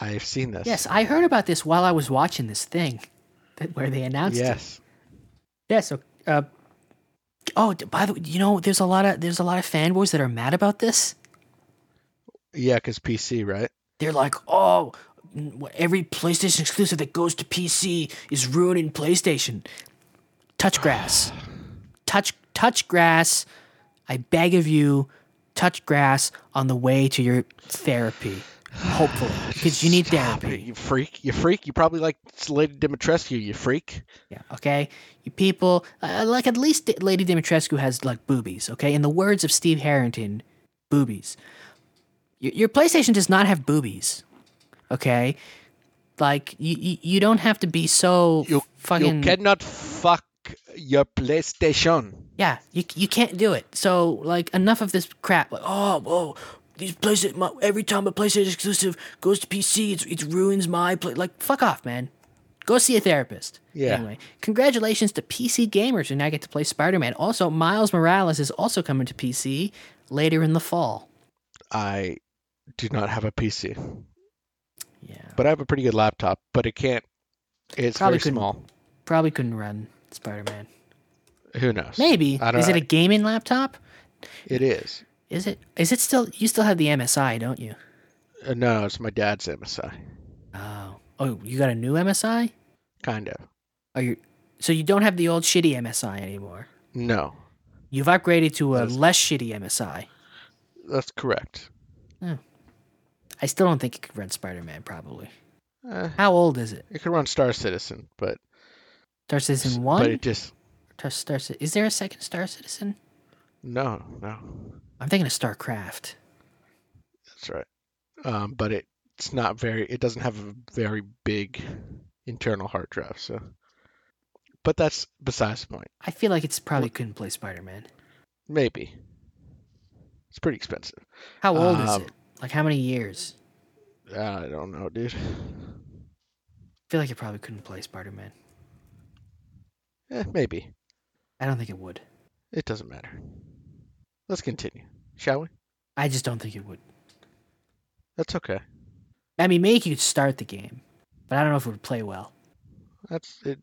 I've seen this. Yes, I heard about this while I was watching this thing that, where they announced it. Yes. Yeah, so uh, Oh, d- by the way, you know, there's a lot of there's a lot of fanboys that are mad about this. Yeah, because PC, right? They're like, oh, n- wh- every PlayStation exclusive that goes to PC is ruining PlayStation. Touch grass. touch touch grass. I beg of you, touch grass on the way to your therapy. Hopefully, because you need Stop it, therapy. You freak. You freak. You probably like Lady Dimitrescu, you freak. Yeah. Okay. You people, uh, like at least Lady Dimitrescu has like boobies. Okay. In the words of Steve Harrington, boobies. Your, your PlayStation does not have boobies. Okay. Like you, you, you don't have to be so You, fucking. you cannot fuck your PlayStation. Yeah, you, you can't do it. So like enough of this crap. Like oh whoa, these places. My, every time a PlayStation exclusive goes to PC, it's it ruins my play. Like fuck off, man. Go see a therapist. Yeah. Anyway, congratulations to PC gamers who now get to play Spider Man. Also, Miles Morales is also coming to PC later in the fall. I do not have a PC, Yeah. but I have a pretty good laptop, but it can't. It's Probably very couldn't- small. Probably couldn't run Spider Man. Who knows? Maybe. I don't Is it know. a gaming laptop? It is. Is it? Is it still? You still have the MSI, don't you? Uh, No, it's my dad's MSI. Oh. Oh, you got a new MSI? Kind of. Are you? So you don't have the old shitty MSI anymore. No, You've upgraded to a That is- less shitty MSI. that's correct. I still don't think it could run Spider Man. Probably. Uh, How old is it? it can run Star Citizen, but Star s- Citizen But One. it just Star, Star Ci- Is there a second Star Citizen? no, no. I'm thinking of StarCraft. That's right. Um, but it it's not very. It doesn't have a very big internal hard drive. So, but that's besides the point. I feel like it's probably couldn't play Spider Man. Maybe. It's pretty expensive. How old is Um, it? Like how many years? I don't know, dude. I feel like it probably couldn't play Spider Man. Eh, maybe. I don't think it would. It doesn't matter. Let's continue, shall we? I just don't think it would. That's okay. I mean, maybe you could start the game, but I don't know if it would play well. That's it.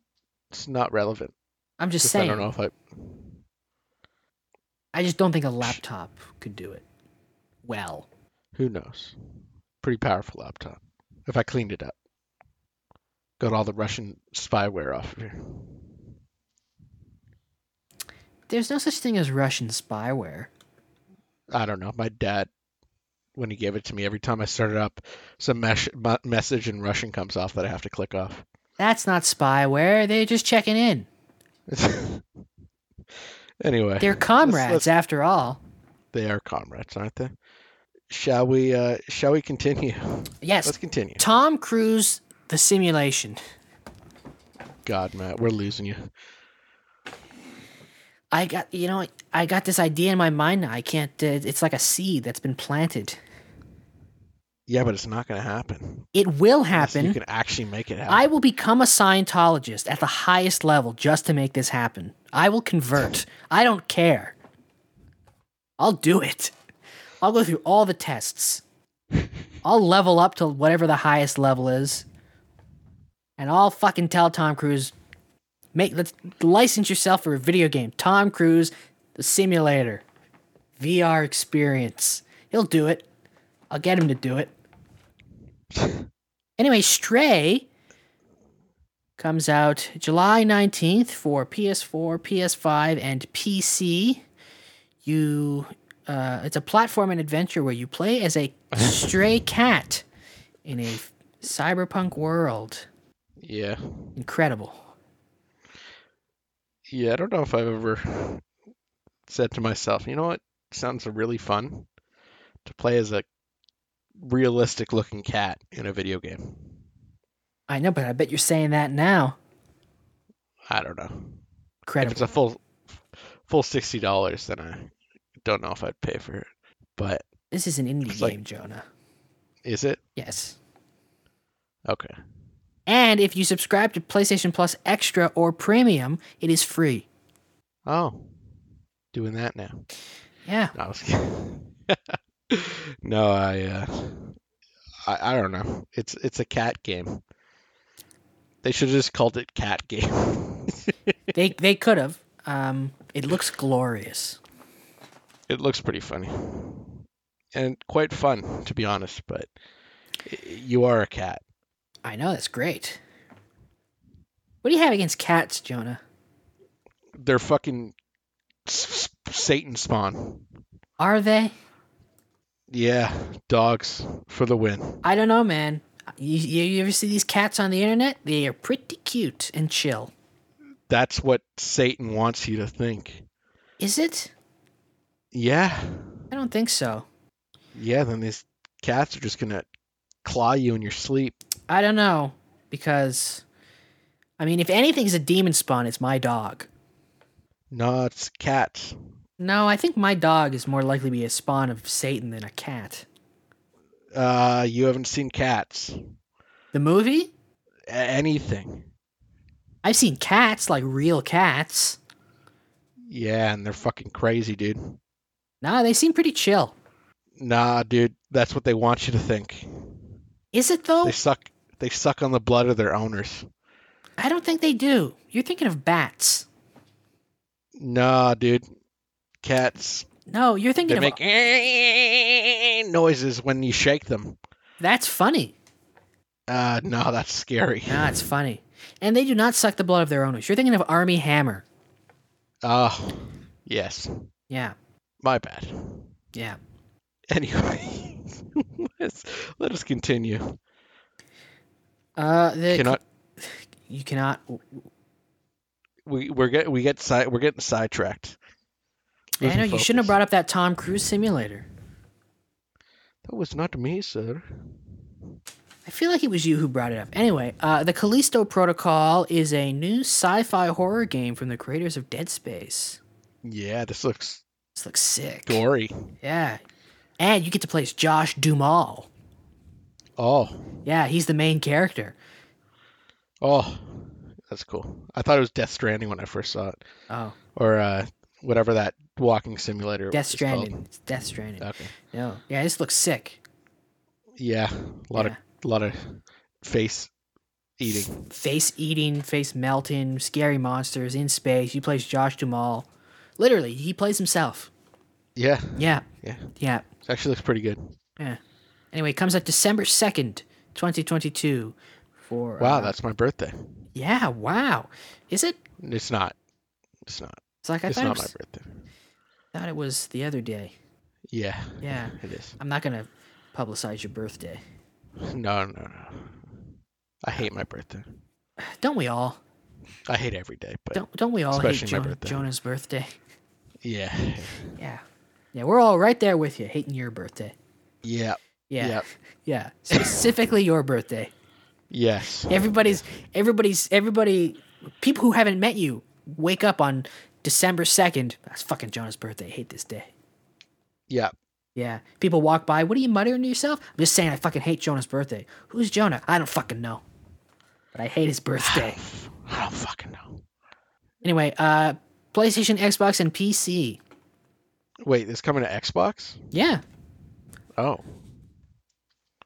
It's not relevant. I'm just, Just saying. I don't know if I. I just don't think a laptop could do it well. Who knows? Pretty powerful laptop. If I cleaned it up, got all the Russian spyware off of here. There's no such thing as Russian spyware. I don't know. My dad, when he gave it to me, every time I start it up, some mesh, mu- message in Russian comes off that I have to click off. That's not spyware. They're just checking in. anyway, They're comrades, let's- after all. they are comrades, aren't they? Shall we? Uh, shall we continue? Yes. Let's continue. Tom Cruise, the simulation. God, Matt, we're losing you. I got, you know, I got this idea in my mind now. I can't, uh, it's like a seed that's been planted. Yeah, but it's not going to happen. It will Unless happen. You can actually make it happen. I will become a Scientologist at the highest level just to make this happen. I will convert. I don't care. I'll do it. I'll go through all the tests. I'll level up to whatever the highest level is. And I'll fucking tell Tom Cruise, make let's license yourself for a video game. Tom Cruise, the simulator. VR experience. He'll do it. I'll get him to do it. Anyway, Stray comes out July 19th for PS4, PS5, and PC. You uh, it's a platform and adventure where you play as a stray cat in a cyberpunk world. Yeah. Incredible. Yeah, I don't know if I've ever said to myself, you know what? Sounds really fun to play as a realistic looking cat in a video game. I know, but I bet you're saying that now. I don't know. If it's Incredible. a full full sixty dollars, then I don't know if I'd pay for it. But this is an indie it's like- game, Jonah. is it? Yes. Okay. And if you subscribe to PlayStation Plus Extra or Premium, it is free. Oh. Doing that now. Yeah. No, I was kidding. no, I, uh, I, I don't know. It's it's a cat game. They should have just called it cat game. they they could have. Um, It looks glorious. It looks pretty funny and quite fun, to be honest. But y- you are a cat. I know that's great. What do you have against cats, Jonah? They're fucking s- s- Satan spawn. Are they? Yeah, dogs for the win. I don't know, man. You, you, you ever see these cats on the internet? They are pretty cute and chill. That's what Satan wants you to think. Is it? Yeah, I don't think so. yeah. Then these cats are just gonna claw you in your sleep. I don't know because, I mean, if anything's a demon spawn, it's my dog. No, it's cats. No, I think my dog is more likely to be a spawn of Satan than a cat. Uh, you haven't seen cats. The movie? A- anything. I've seen cats, like real cats. Yeah, and they're fucking crazy, dude. Nah, they seem pretty chill. Nah, dude, that's what they want you to think. Is it though? They suck. They suck on the blood of their owners. I don't think they do. You're thinking of bats. Nah, dude. Cats. No, you're thinking They of. make noises when you shake them. That's funny. Uh, no, that's scary. Nah, it's funny. And they do not suck the blood of their owners. You're thinking of Army Hammer. Oh, yes. Yeah, My bad. yeah. Anyway, let's let us continue. Uh, the, Cannot you cannot. we we're get we get side we're getting sidetracked. I Losing know you shouldn't have focus. brought up that Tom Cruise simulator. That was not me, sir. I feel like it was you who brought it up. Anyway, uh, the Callisto Protocol is a new sci-fi horror game from the creators of Dead Space. Yeah, this looks This looks sick. gory. Yeah, and you get to play as Josh Duhamel. Oh, Yeah, he's the main character. oh, that's cool. I thought it was Death Stranding when I first saw it, Oh, or uh, whatever that walking simulator. Death is called. Stranded. It's Death Stranded. Okay. No, yeah, this looks sick. Yeah, a lot Yeah. of lot of face eating. Face eating, face melting, scary monsters in space. He plays Josh Duhamel. Literally, he plays himself. Yeah, Yeah, yeah. yeah. It actually looks pretty good. Yeah. Anyway, it comes out December second, twenty twenty two. For Wow, uh, that's my birthday. yeah, wow. Is it? It's not. It's not. It's like I It's thought it, not my was, birthday. thought it was the other day. Yeah. Yeah. It is. I'm not gonna publicize your birthday. No, no, no. I hate my birthday. Don't we all? I hate every day, but Don't don't we all hate Especially my Jon- birthday. Jonah's birthday? yeah, Yeah. Yeah, we're all right there with you, hating your birthday. yeah, Yeah. Yep. Yeah. Specifically your birthday. yes, Everybody's everybody's everybody people who haven't met you wake up on December 2nd. That's fucking Jonah's birthday. I hate this day. yeah. Yeah. People walk by. What are you muttering to yourself? I'm just saying I fucking hate Jonah's birthday. Who's Jonah? I don't fucking know. But I hate his birthday. I don't fucking know. anyway, uh PlayStation, Xbox, and PC. Wait, this coming to Xbox? Yeah. Oh,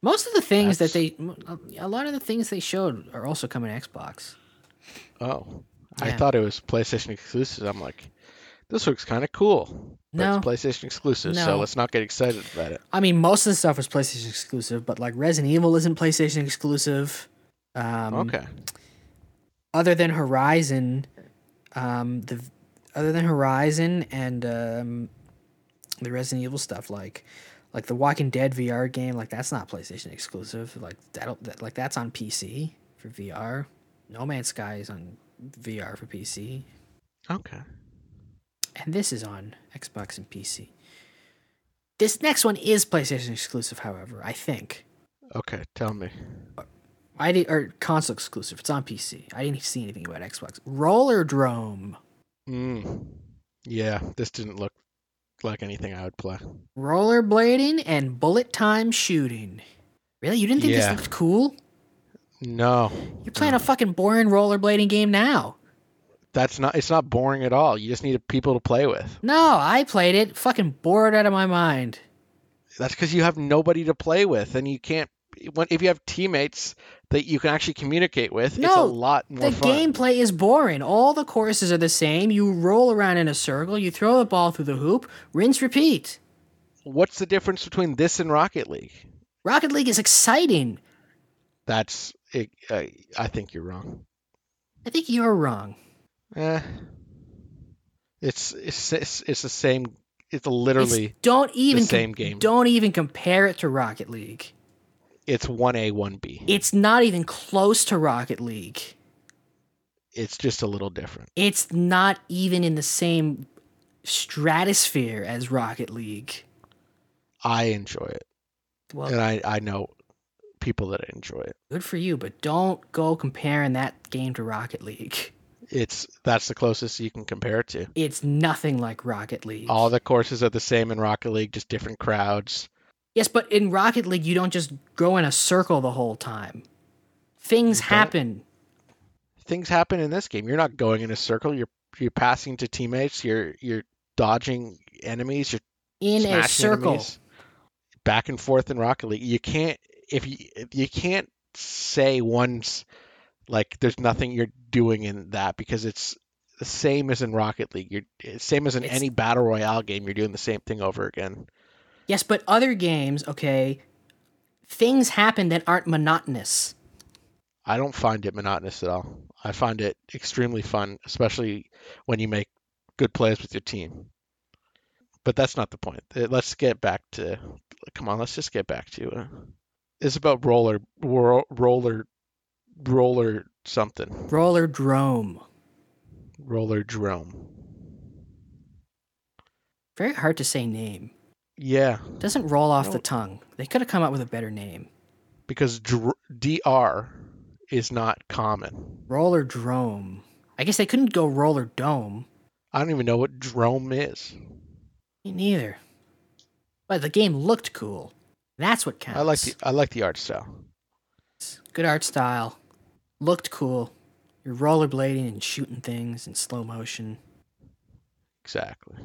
Most of the things That's- that they m- uh, a lot of the things they showed are also coming to Xbox. oh. I Yeah. thought it was PlayStation exclusive. I'm like, this looks kind of cool. But No. it's PlayStation exclusive, No. so let's not get excited about it. I mean, most of the stuff was PlayStation exclusive, but like Resident Evil isn't PlayStation exclusive. Um, Okay. Other than Horizon, um, the other than Horizon and um, the Resident Evil stuff, like like the Walking Dead VR game, like that's not PlayStation exclusive. Like that'll that, like that's on PC for VR. No Man's Sky is on VR for PC, Okay. and this is on Xbox and PC. This next one is PlayStation exclusive, however, I think. Okay. Tell me. I did, or console exclusive. It's on PC. I didn't see anything about Xbox. Roller Drome. Mm. Yeah, this didn't look like anything I would play. Rollerblading and bullet time shooting. Really? You didn't think Yeah. this looked cool? No, You're playing a fucking boring rollerblading game now. that's not. It's not boring at all. You just need people to play with. No, I played it. Fucking bored out of my mind. That's because you have nobody to play with, and you can't. when, if you have teammates that you can actually communicate with, it's a No, lot more the fun. gameplay is boring. All the courses are the same. You roll around in a circle, you throw the ball through the hoop, rinse, repeat. What's the difference between this and Rocket League? Rocket League is exciting. That's it, uh, I think you're wrong. I think you're wrong. Eh. It's, it's it's it's the same. It's- It's literally don't even same game. Don't even compare it to Rocket League. it's one A one B. It's not even close to Rocket League. It's just a little different. It's not even in the same stratosphere as Rocket League. I enjoy it, Well, and I I know people that enjoy it. good for you, but don't go comparing that game to Rocket League. It's that's the closest you can compare it to. It's nothing like Rocket League. All the courses are the same in Rocket League, just different crowds. Yes, but in Rocket League, you don't just go in a circle the whole time. Things You don't? happen. Things happen in this game. You're not going in a circle. You're you're passing to teammates. You're you're dodging enemies. You're In a smashing circle. enemies. Back and forth in Rocket League. You can't if you if you can't say once like there's nothing you're doing in that because it's the same as in Rocket League. You're it's same as in It's- any battle royale game. You're doing the same thing over again. Yes, but other games, okay, things happen that aren't monotonous. I don't find it monotonous at all. I find it extremely fun, especially when you make good plays with your team. But that's not the point. Uh, Let's get back to. Come on, let's just get back to. Uh, it's about roller, ro- roller, roller something. Roller Drome. Roller drome. Very hard to say name. Yeah, Doesn't roll off the No. tongue. They could have come up with a better name. because dr- dr is not common. Roller Drome. I guess they couldn't go Roller Dome. I don't even know what drome is. Me neither. But the game looked cool. That's what counts. I like the I like the art style. Good art style. Looked cool. You're rollerblading and shooting things in slow motion. Exactly.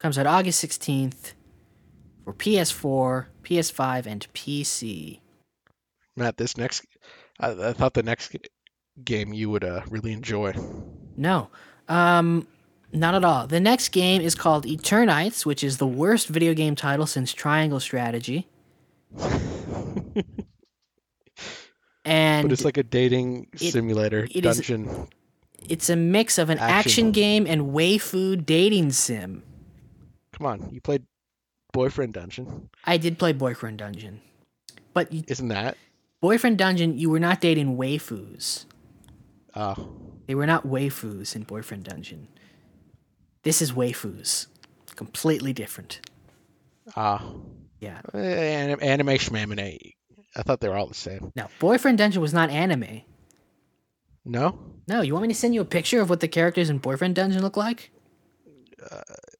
Comes out August 16th for PS4, PS5, and PC. Matt, this next, I, I thought the next g- game you would uh, really enjoy. No, um, not at all. The next game is called Eternites, which is the worst video game title since Triangle Strategy. And But it's like a dating simulator it is- dungeon. it's a mix of an Action. action, game and waifu dating sim. Come on, you played Boyfriend Dungeon. I did play Boyfriend Dungeon. But you- Isn't that? Boyfriend Dungeon, you were not dating waifus. Uh, They were not waifus in Boyfriend Dungeon. This is waifus. Completely different. uh, Yeah. anim- anime shmamine. I thought they were all the same. Now, Boyfriend Dungeon was not anime. No? No, you want me to send you a picture of what the characters in Boyfriend Dungeon look like?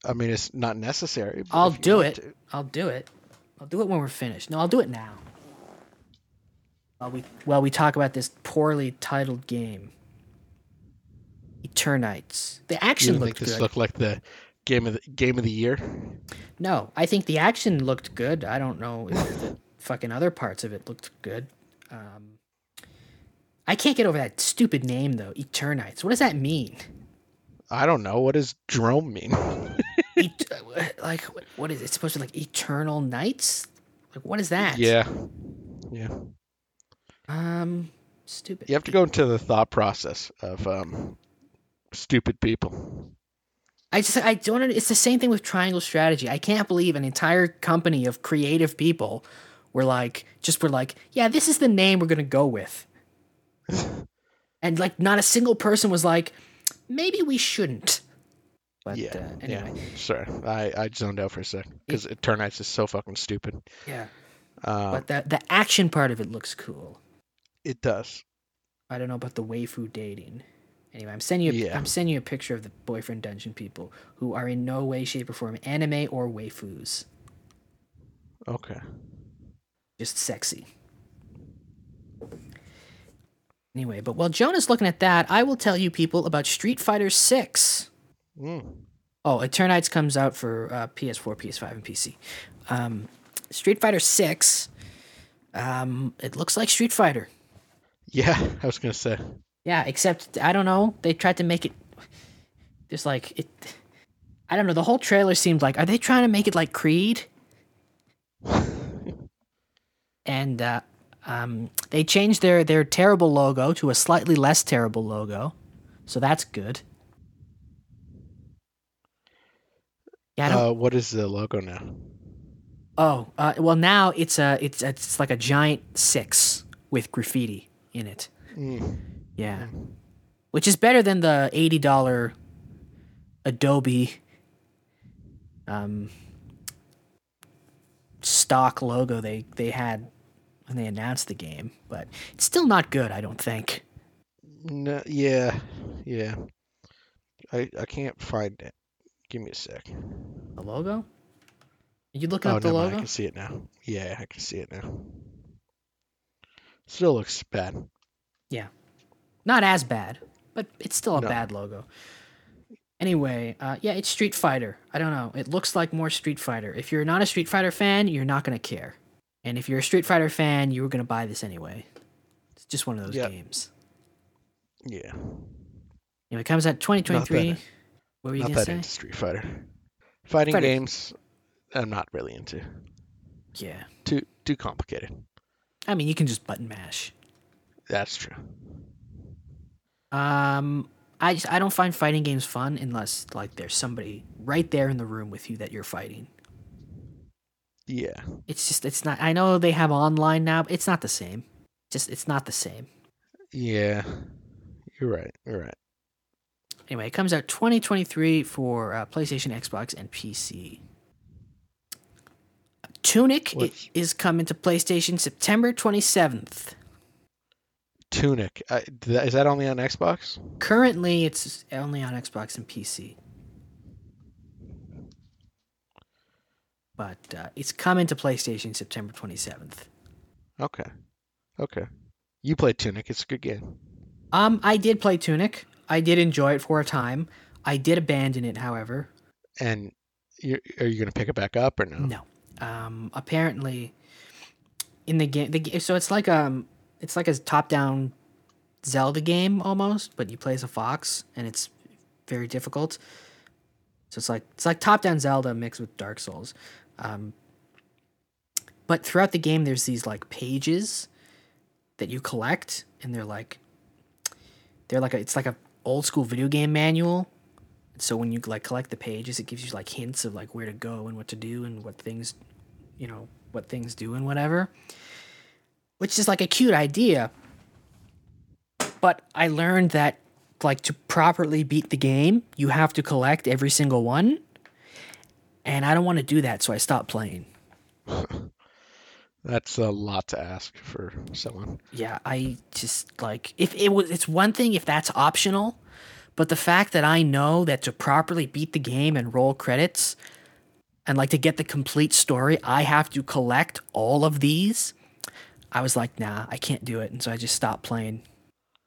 I mean, it's not necessary. but I'll if you do want it. to. I'll do it. I'll do it when we're finished. No, I'll do it now. While we while we talk about this poorly titled game. Eternites. The You action don't think looked this good. looked like the game of the game of the year? No, I think the action looked good. I don't know if the fucking other parts of it looked good. Um, I can't get over that stupid name though. Eternites. What does that mean? I don't know. What does drome mean? Et- uh, like, what is it? It's supposed to be like eternal nights? Like, what is that? yeah. Yeah. Um, stupid. You have to go into the thought process of um, stupid people. I just I don't. under- It's the same thing with Triangle Strategy. I can't believe an entire company of creative people were like just were like, yeah, this is the name we're gonna go with, and like not a single person was like, maybe we shouldn't. But yeah. uh, anyway, Yeah. Sorry, I, I zoned out for a sec because Eternites is so fucking stupid. yeah. Um, But the the action part of it looks cool. it does. I don't know about the waifu dating. Anyway, I'm sending you. a- Yeah. I'm sending you a picture of the boyfriend dungeon people who are in no way, shape, or form anime or waifus. Okay. just sexy. Anyway, but while Jonah's looking at that, I will tell you people about Street Fighter 6. Mm. Oh, Eternites comes out for uh, PS4, PS5, and PC. Um, Street Fighter 6 Um, it looks like Street Fighter. Yeah, I was gonna say. Yeah, except I don't know. They tried to make it. There's like it. I don't know. The whole trailer seemed like are they trying to make it like Creed? and uh, um, they changed their their terrible logo to a slightly less terrible logo, so that's good. Yeah. I don't, Uh, what is the logo now? oh, uh, well now it's a it's it's like a giant six with graffiti in it. Mm. Yeah. Which is better than the $80 Adobe um, stock logo they, they had when they announced the game, but it's still not good, I don't think. No, yeah, yeah. I I can't find it. Give me a sec. The logo? Are you looking Oh, up the no, I logo? can see it now. Yeah, I can see it now. Still looks bad. Not as bad, but it's still a No. bad logo. Anyway, uh, yeah, it's Street Fighter. I don't know. It looks like more Street Fighter. If you're not a Street Fighter fan, you're not going to care. And if you're a Street Fighter fan, you were going to buy this anyway. It's just one of those Yep. games. Yeah, You know, it comes out 2023. What were you not going that to into say? Street Fighter. Fighting Fighter. games, I'm not really into. Yeah. Too too complicated. I mean, you can just button mash. That's true. Um, I just, I don't find fighting games fun unless like there's somebody right there in the room with you that you're fighting. Yeah, It's just it's not. I know they have online now, but it's not the same. Just it's not the same. yeah. You're right. You're right. Anyway, it comes out 2023 for uh, PlayStation, Xbox, and PC. Tunic i- Which- is coming to PlayStation September 27th. Tunic. I, th- is that only on Xbox? Currently, it's only on Xbox and PC. But uh, it's coming to PlayStation September 27th. Okay. Okay. You played Tunic. It's a good game. Um, I did play Tunic. I did enjoy it for a time. I did abandon it, however. And you're, are you going to pick it back up or no? No. Um, apparently, in the game, the, ga- so it's like um, it's like a top-down Zelda game almost, but you play as a fox, and it's very difficult. So it's like it's like top-down Zelda mixed with Dark Souls. Um, but throughout the game, there's these like pages that you collect, and they're like they're like a, it's like a old school video game manual so when you like collect the pages it gives you like hints of like where to go and what to do and what things you know what things do and whatever which is like a cute idea but i learned that like to properly beat the game you have to collect every single one and i don't want to do that so i stopped playing That's a lot to ask for someone. Yeah, I just like if it was it's one thing if that's optional, but the fact that I know that to properly beat the game and roll credits and like to get the complete story, I have to collect all of these. I was like, nah, I can't do it, and so I just stopped playing.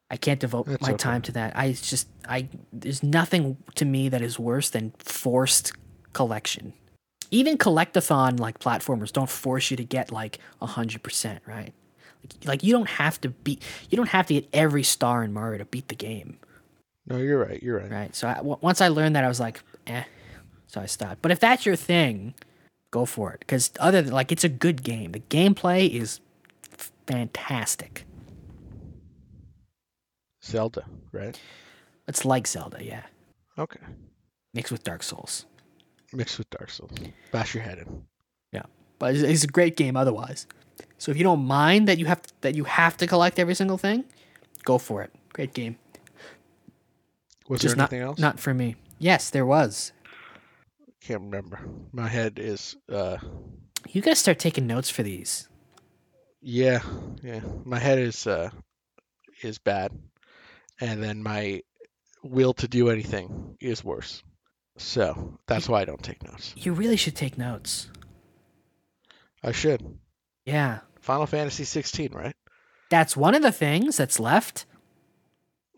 I can't devote That's my okay. time to that. I just I there's nothing to me that is worse than forced collection. Even collectathon like platformers don't force you to get like 100%, right? Like, like you don't have to beat you don't have to get every star in Mario to beat the game, No, you're right. You're right. right? So I w once I learned that I was like, eh, so I stopped. But if that's your thing, go for it cuz other than like it's a good game. The gameplay is f- fantastic. Zelda, right? It's like Zelda, yeah, Okay. mixed with Dark Souls. Mixed with Dark Souls. Bash your head in. Yeah, but it's, it's a great game otherwise. So if you don't mind that you have that you have to collect every single thing, go for it. Great game. Was Just there not anything else? not for me. Yes, there was. Can't remember. My head is. uh You gotta start taking notes for these. Yeah, yeah. My head is uh is bad, and then my will to do anything is worse. So that's why I don't take notes. You really should take notes. I should. Yeah, Final Fantasy 16, right? that's one of the things that's left.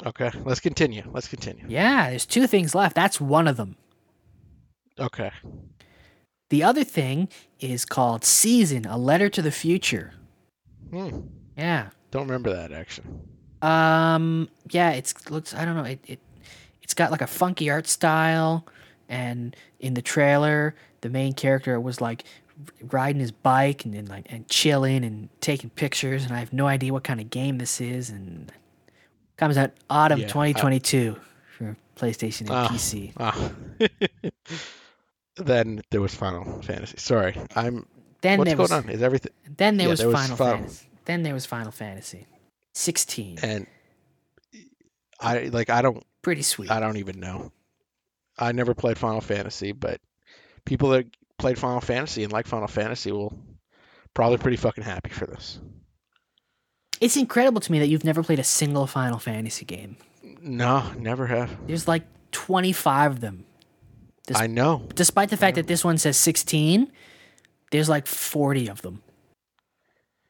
Okay, let's continue. Let's continue. Yeah, there's two things left. That's one of them. Okay. The other thing is called Season: A Letter to the Future. Hmm. Yeah. Don't remember that actually. Um. Yeah. It's looks. I don't know. It, it it's got like a funky art style, and in the trailer, the main character was like r- riding his bike and then like and chilling and taking pictures. And I have no idea what kind of game this is. And comes out autumn Yeah, I- 2022 for PlayStation and Ah. PC. Ah. then there was Final Fantasy. Sorry, I'm. Then what's there going was on? Is everything? then there Yeah, was there was Final Final- Fantasy. Then there was Final Fantasy 16. And I like. I don't. Pretty sweet. I don't even know. I never played Final Fantasy, but people that played Final Fantasy and like Final Fantasy will probably pretty fucking happy for this. It's incredible to me that you've never played a single Final Fantasy game. No, never have. There's like 25 of them. This- I know. Despite the fact that this one says 16, there's like 40 of them.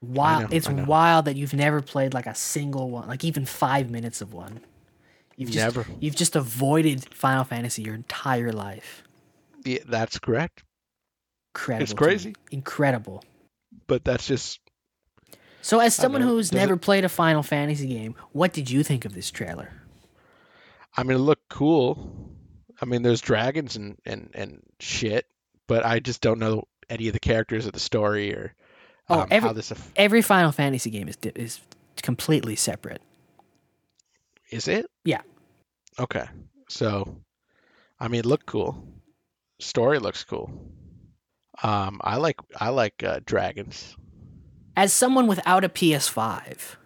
Wow, know, it's I know. wild that you've never played like a single one, like even 5 minutes of one. You've just Never. you've just avoided Final Fantasy your entire life. Yeah, that's correct. Incredible. to me. crazy. Incredible. But that's just So, as someone know. who's Does never played a Final Fantasy game, what did you think of this trailer? I mean, it looked cool. I mean, there's dragons and, and, and shit, but I just don't know any of the characters of the story or Oh, um, every- how this aff- Every Final Fantasy game is di- is completely separate. is it. Yeah. Okay. So, I mean, it looked cool. Story looks cool. Um, I like I like uh, dragons. As someone without a PS5,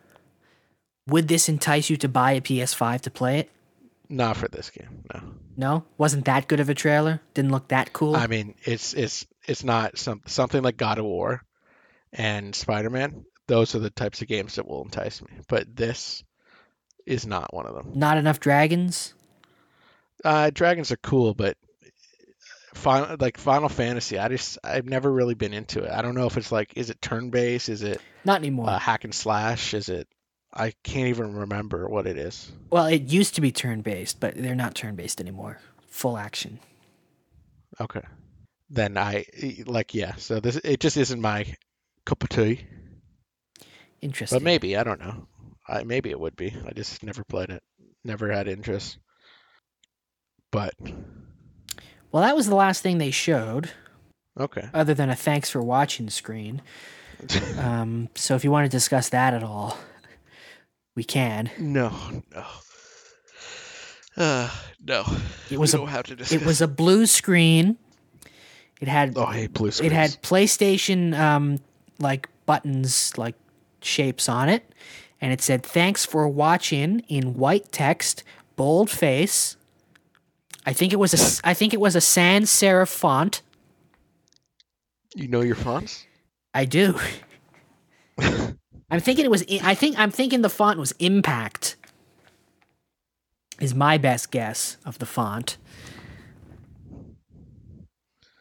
would this entice you to buy a PS5 to play it? Not for this game, no. No, wasn't that good of a trailer? Didn't look that cool. I mean, it's it's it's not some, something like God of War and Spider Man. Those are the types of games that will entice me. But this is not one of them. Not enough dragons. Uh, dragons are cool, but final like Final Fantasy, I just I've never really been into it. I don't know if it's like is it turn based, is it Not anymore. uh, hack and slash, is it I can't even remember what it is. well, it used to be turn based, but they're not turn based anymore. Full action. Okay, then I e, like yeah. So this it just isn't my cup of tea, Interesting. but maybe I don't know. I maybe it would be. I just never played it, never had interest. But Well, that was the last thing they showed, okay, other than a thanks for watching screen. Um, so if you want to discuss that at all, we can. no, no. Uh, no. It was we a- don't have to discuss It was a blue screen. It had Oh, I hate blue screens. it had PlayStation um like buttons like shapes on it, and it said "Thanks for watching" in white text, bold face. I think it was a s- I think it was a sans serif font. You know your fonts? I do. I'm thinking it was. I think I'm thinking the font was Impact. Is my best guess of the font.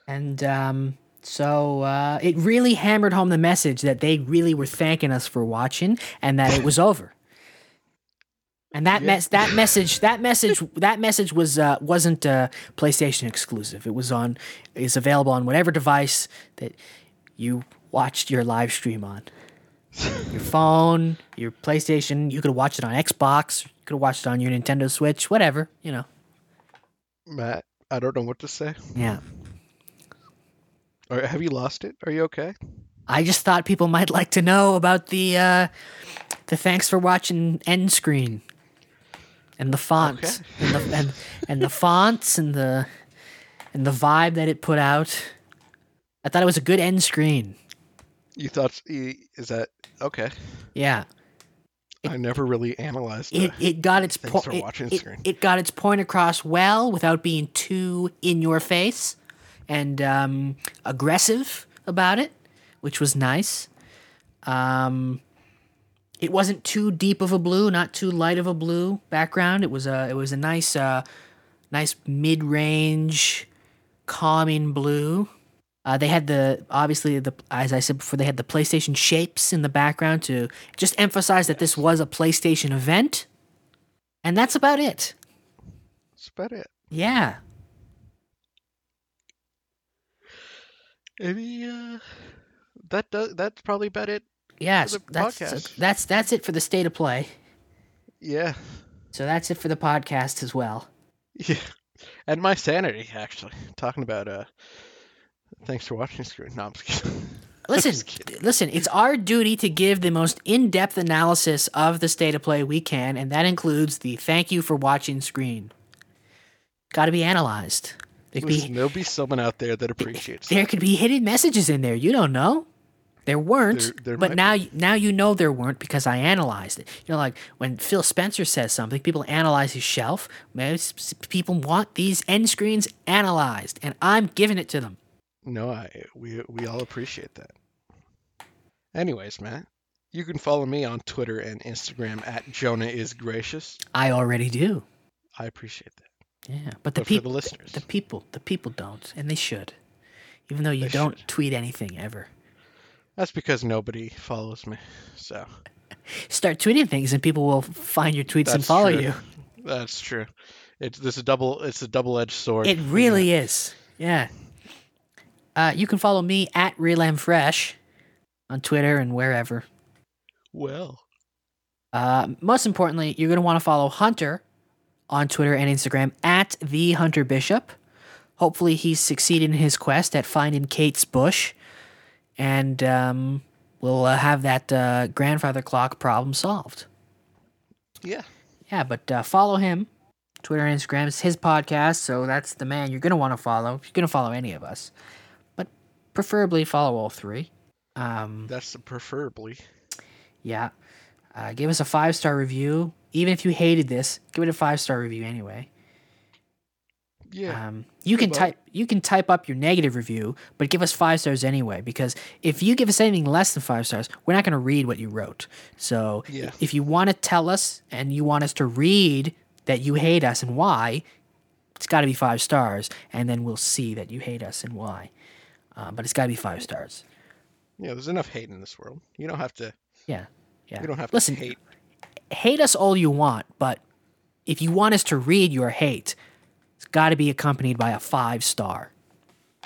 And um, so uh, it really hammered home the message that they really were thanking us for watching and that it was over. And that mess that message that message that message was uh, wasn't uh, PlayStation exclusive. It was on is available on whatever device that you watched your live stream on. Your phone, your PlayStation, you could watch it on Xbox, you could watch it on your Nintendo Switch, whatever, you know. Matt, I don't know what to say. Yeah. Or have you lost it? Are you okay? I just thought people might like to know about the uh the thanks for watching end screen and the font Okay. and the and, and the fonts and the and the vibe that it put out. I thought it was a good end screen. You thought you, is that okay? Yeah. I never really analyzed it, it. it got its Thanks point. for watching It, screen. it got its point across well without being too in your face and um, aggressive about it, which was nice. Um, it wasn't too deep of a blue, not too light of a blue background. It was a it was a nice uh, nice mid range, calming blue. Uh, they had the obviously the as I said before they had the PlayStation shapes in the background to just emphasize that this was a PlayStation event, and that's about it. That's about it. Yeah, Any uh, that does that's probably about it Yes, the that's podcast. that's that's it for the state of play. Yeah. So that's it for the podcast as well. Yeah. And my sanity, actually. Talking about uh thanks for watching screw. No, I'm just kidding. Listen, Just kidding. listen, it's our duty to give the most in-depth analysis of the state of play we can, and that includes the thank you for watching screen. Got to be analyzed. There could Listen, be, there'll be someone out there that appreciates there it. could be hidden messages in there. You don't know. There weren't, There- there but might now now you know there weren't because I analyzed it. You know, like when Phil Spencer says something, people analyze his shelf. Maybe s- s- people want these end screens analyzed, and I'm giving it to them. No, I we we all appreciate that. Anyways, Matt, you can follow me on Twitter and Instagram at Jonah is gracious. I already do. I appreciate that. Yeah, but the but for people. the listeners, The people, the people don't, and they should. Even though you They don't should. tweet anything ever, that's because nobody follows me. So start tweeting things and people will find your tweets and That's follow true. you. That's true. It's this is double. It's a double-edged sword. It really is. Yeah. Uh, you can follow me at RelamFresh on Twitter and wherever. well. Uh, most importantly, you're going to want to follow Hunter on Twitter and Instagram at the Hunter Bishop. Hopefully, he's succeeded in his quest at finding Kate's bush, and um, we'll uh, have that uh, grandfather clock problem solved. Yeah. Yeah, but uh, follow him. Twitter and Instagram It's his podcast, so that's the man you're going to want to follow. You're going to follow any of us, but preferably follow all three. Um, That's the preferably. yeah. Uh, give us a five star review. Even if you hated this, give it a five star review anyway. Yeah. Um, you can luck. type you can type up your negative review, but give us five stars anyway. Because if you give us anything less than five stars, we're not going to read what you wrote. So Yeah. if you want to tell us and you want us to read that you hate us and why, it's got to be five stars, and then we'll see that you hate us and why. Uh, but it's got to be five stars. yeah. There's enough hate in this world. You don't have to. Yeah, yeah. You don't have to Listen, hate. hate us all you want, but if you want us to read your hate, it's got to be accompanied by a five star.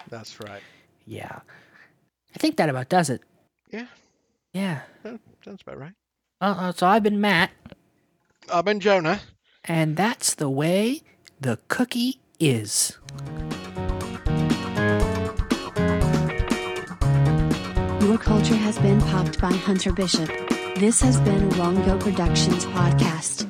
That's right. Yeah. I think that about does it. Yeah. Yeah. That sounds about right. Uh, so I've been Matt, I've been Jonah. and that's the way the cookie is. Your culture has been popped by Hunter Bishop. This has been a Wongo Productions podcast.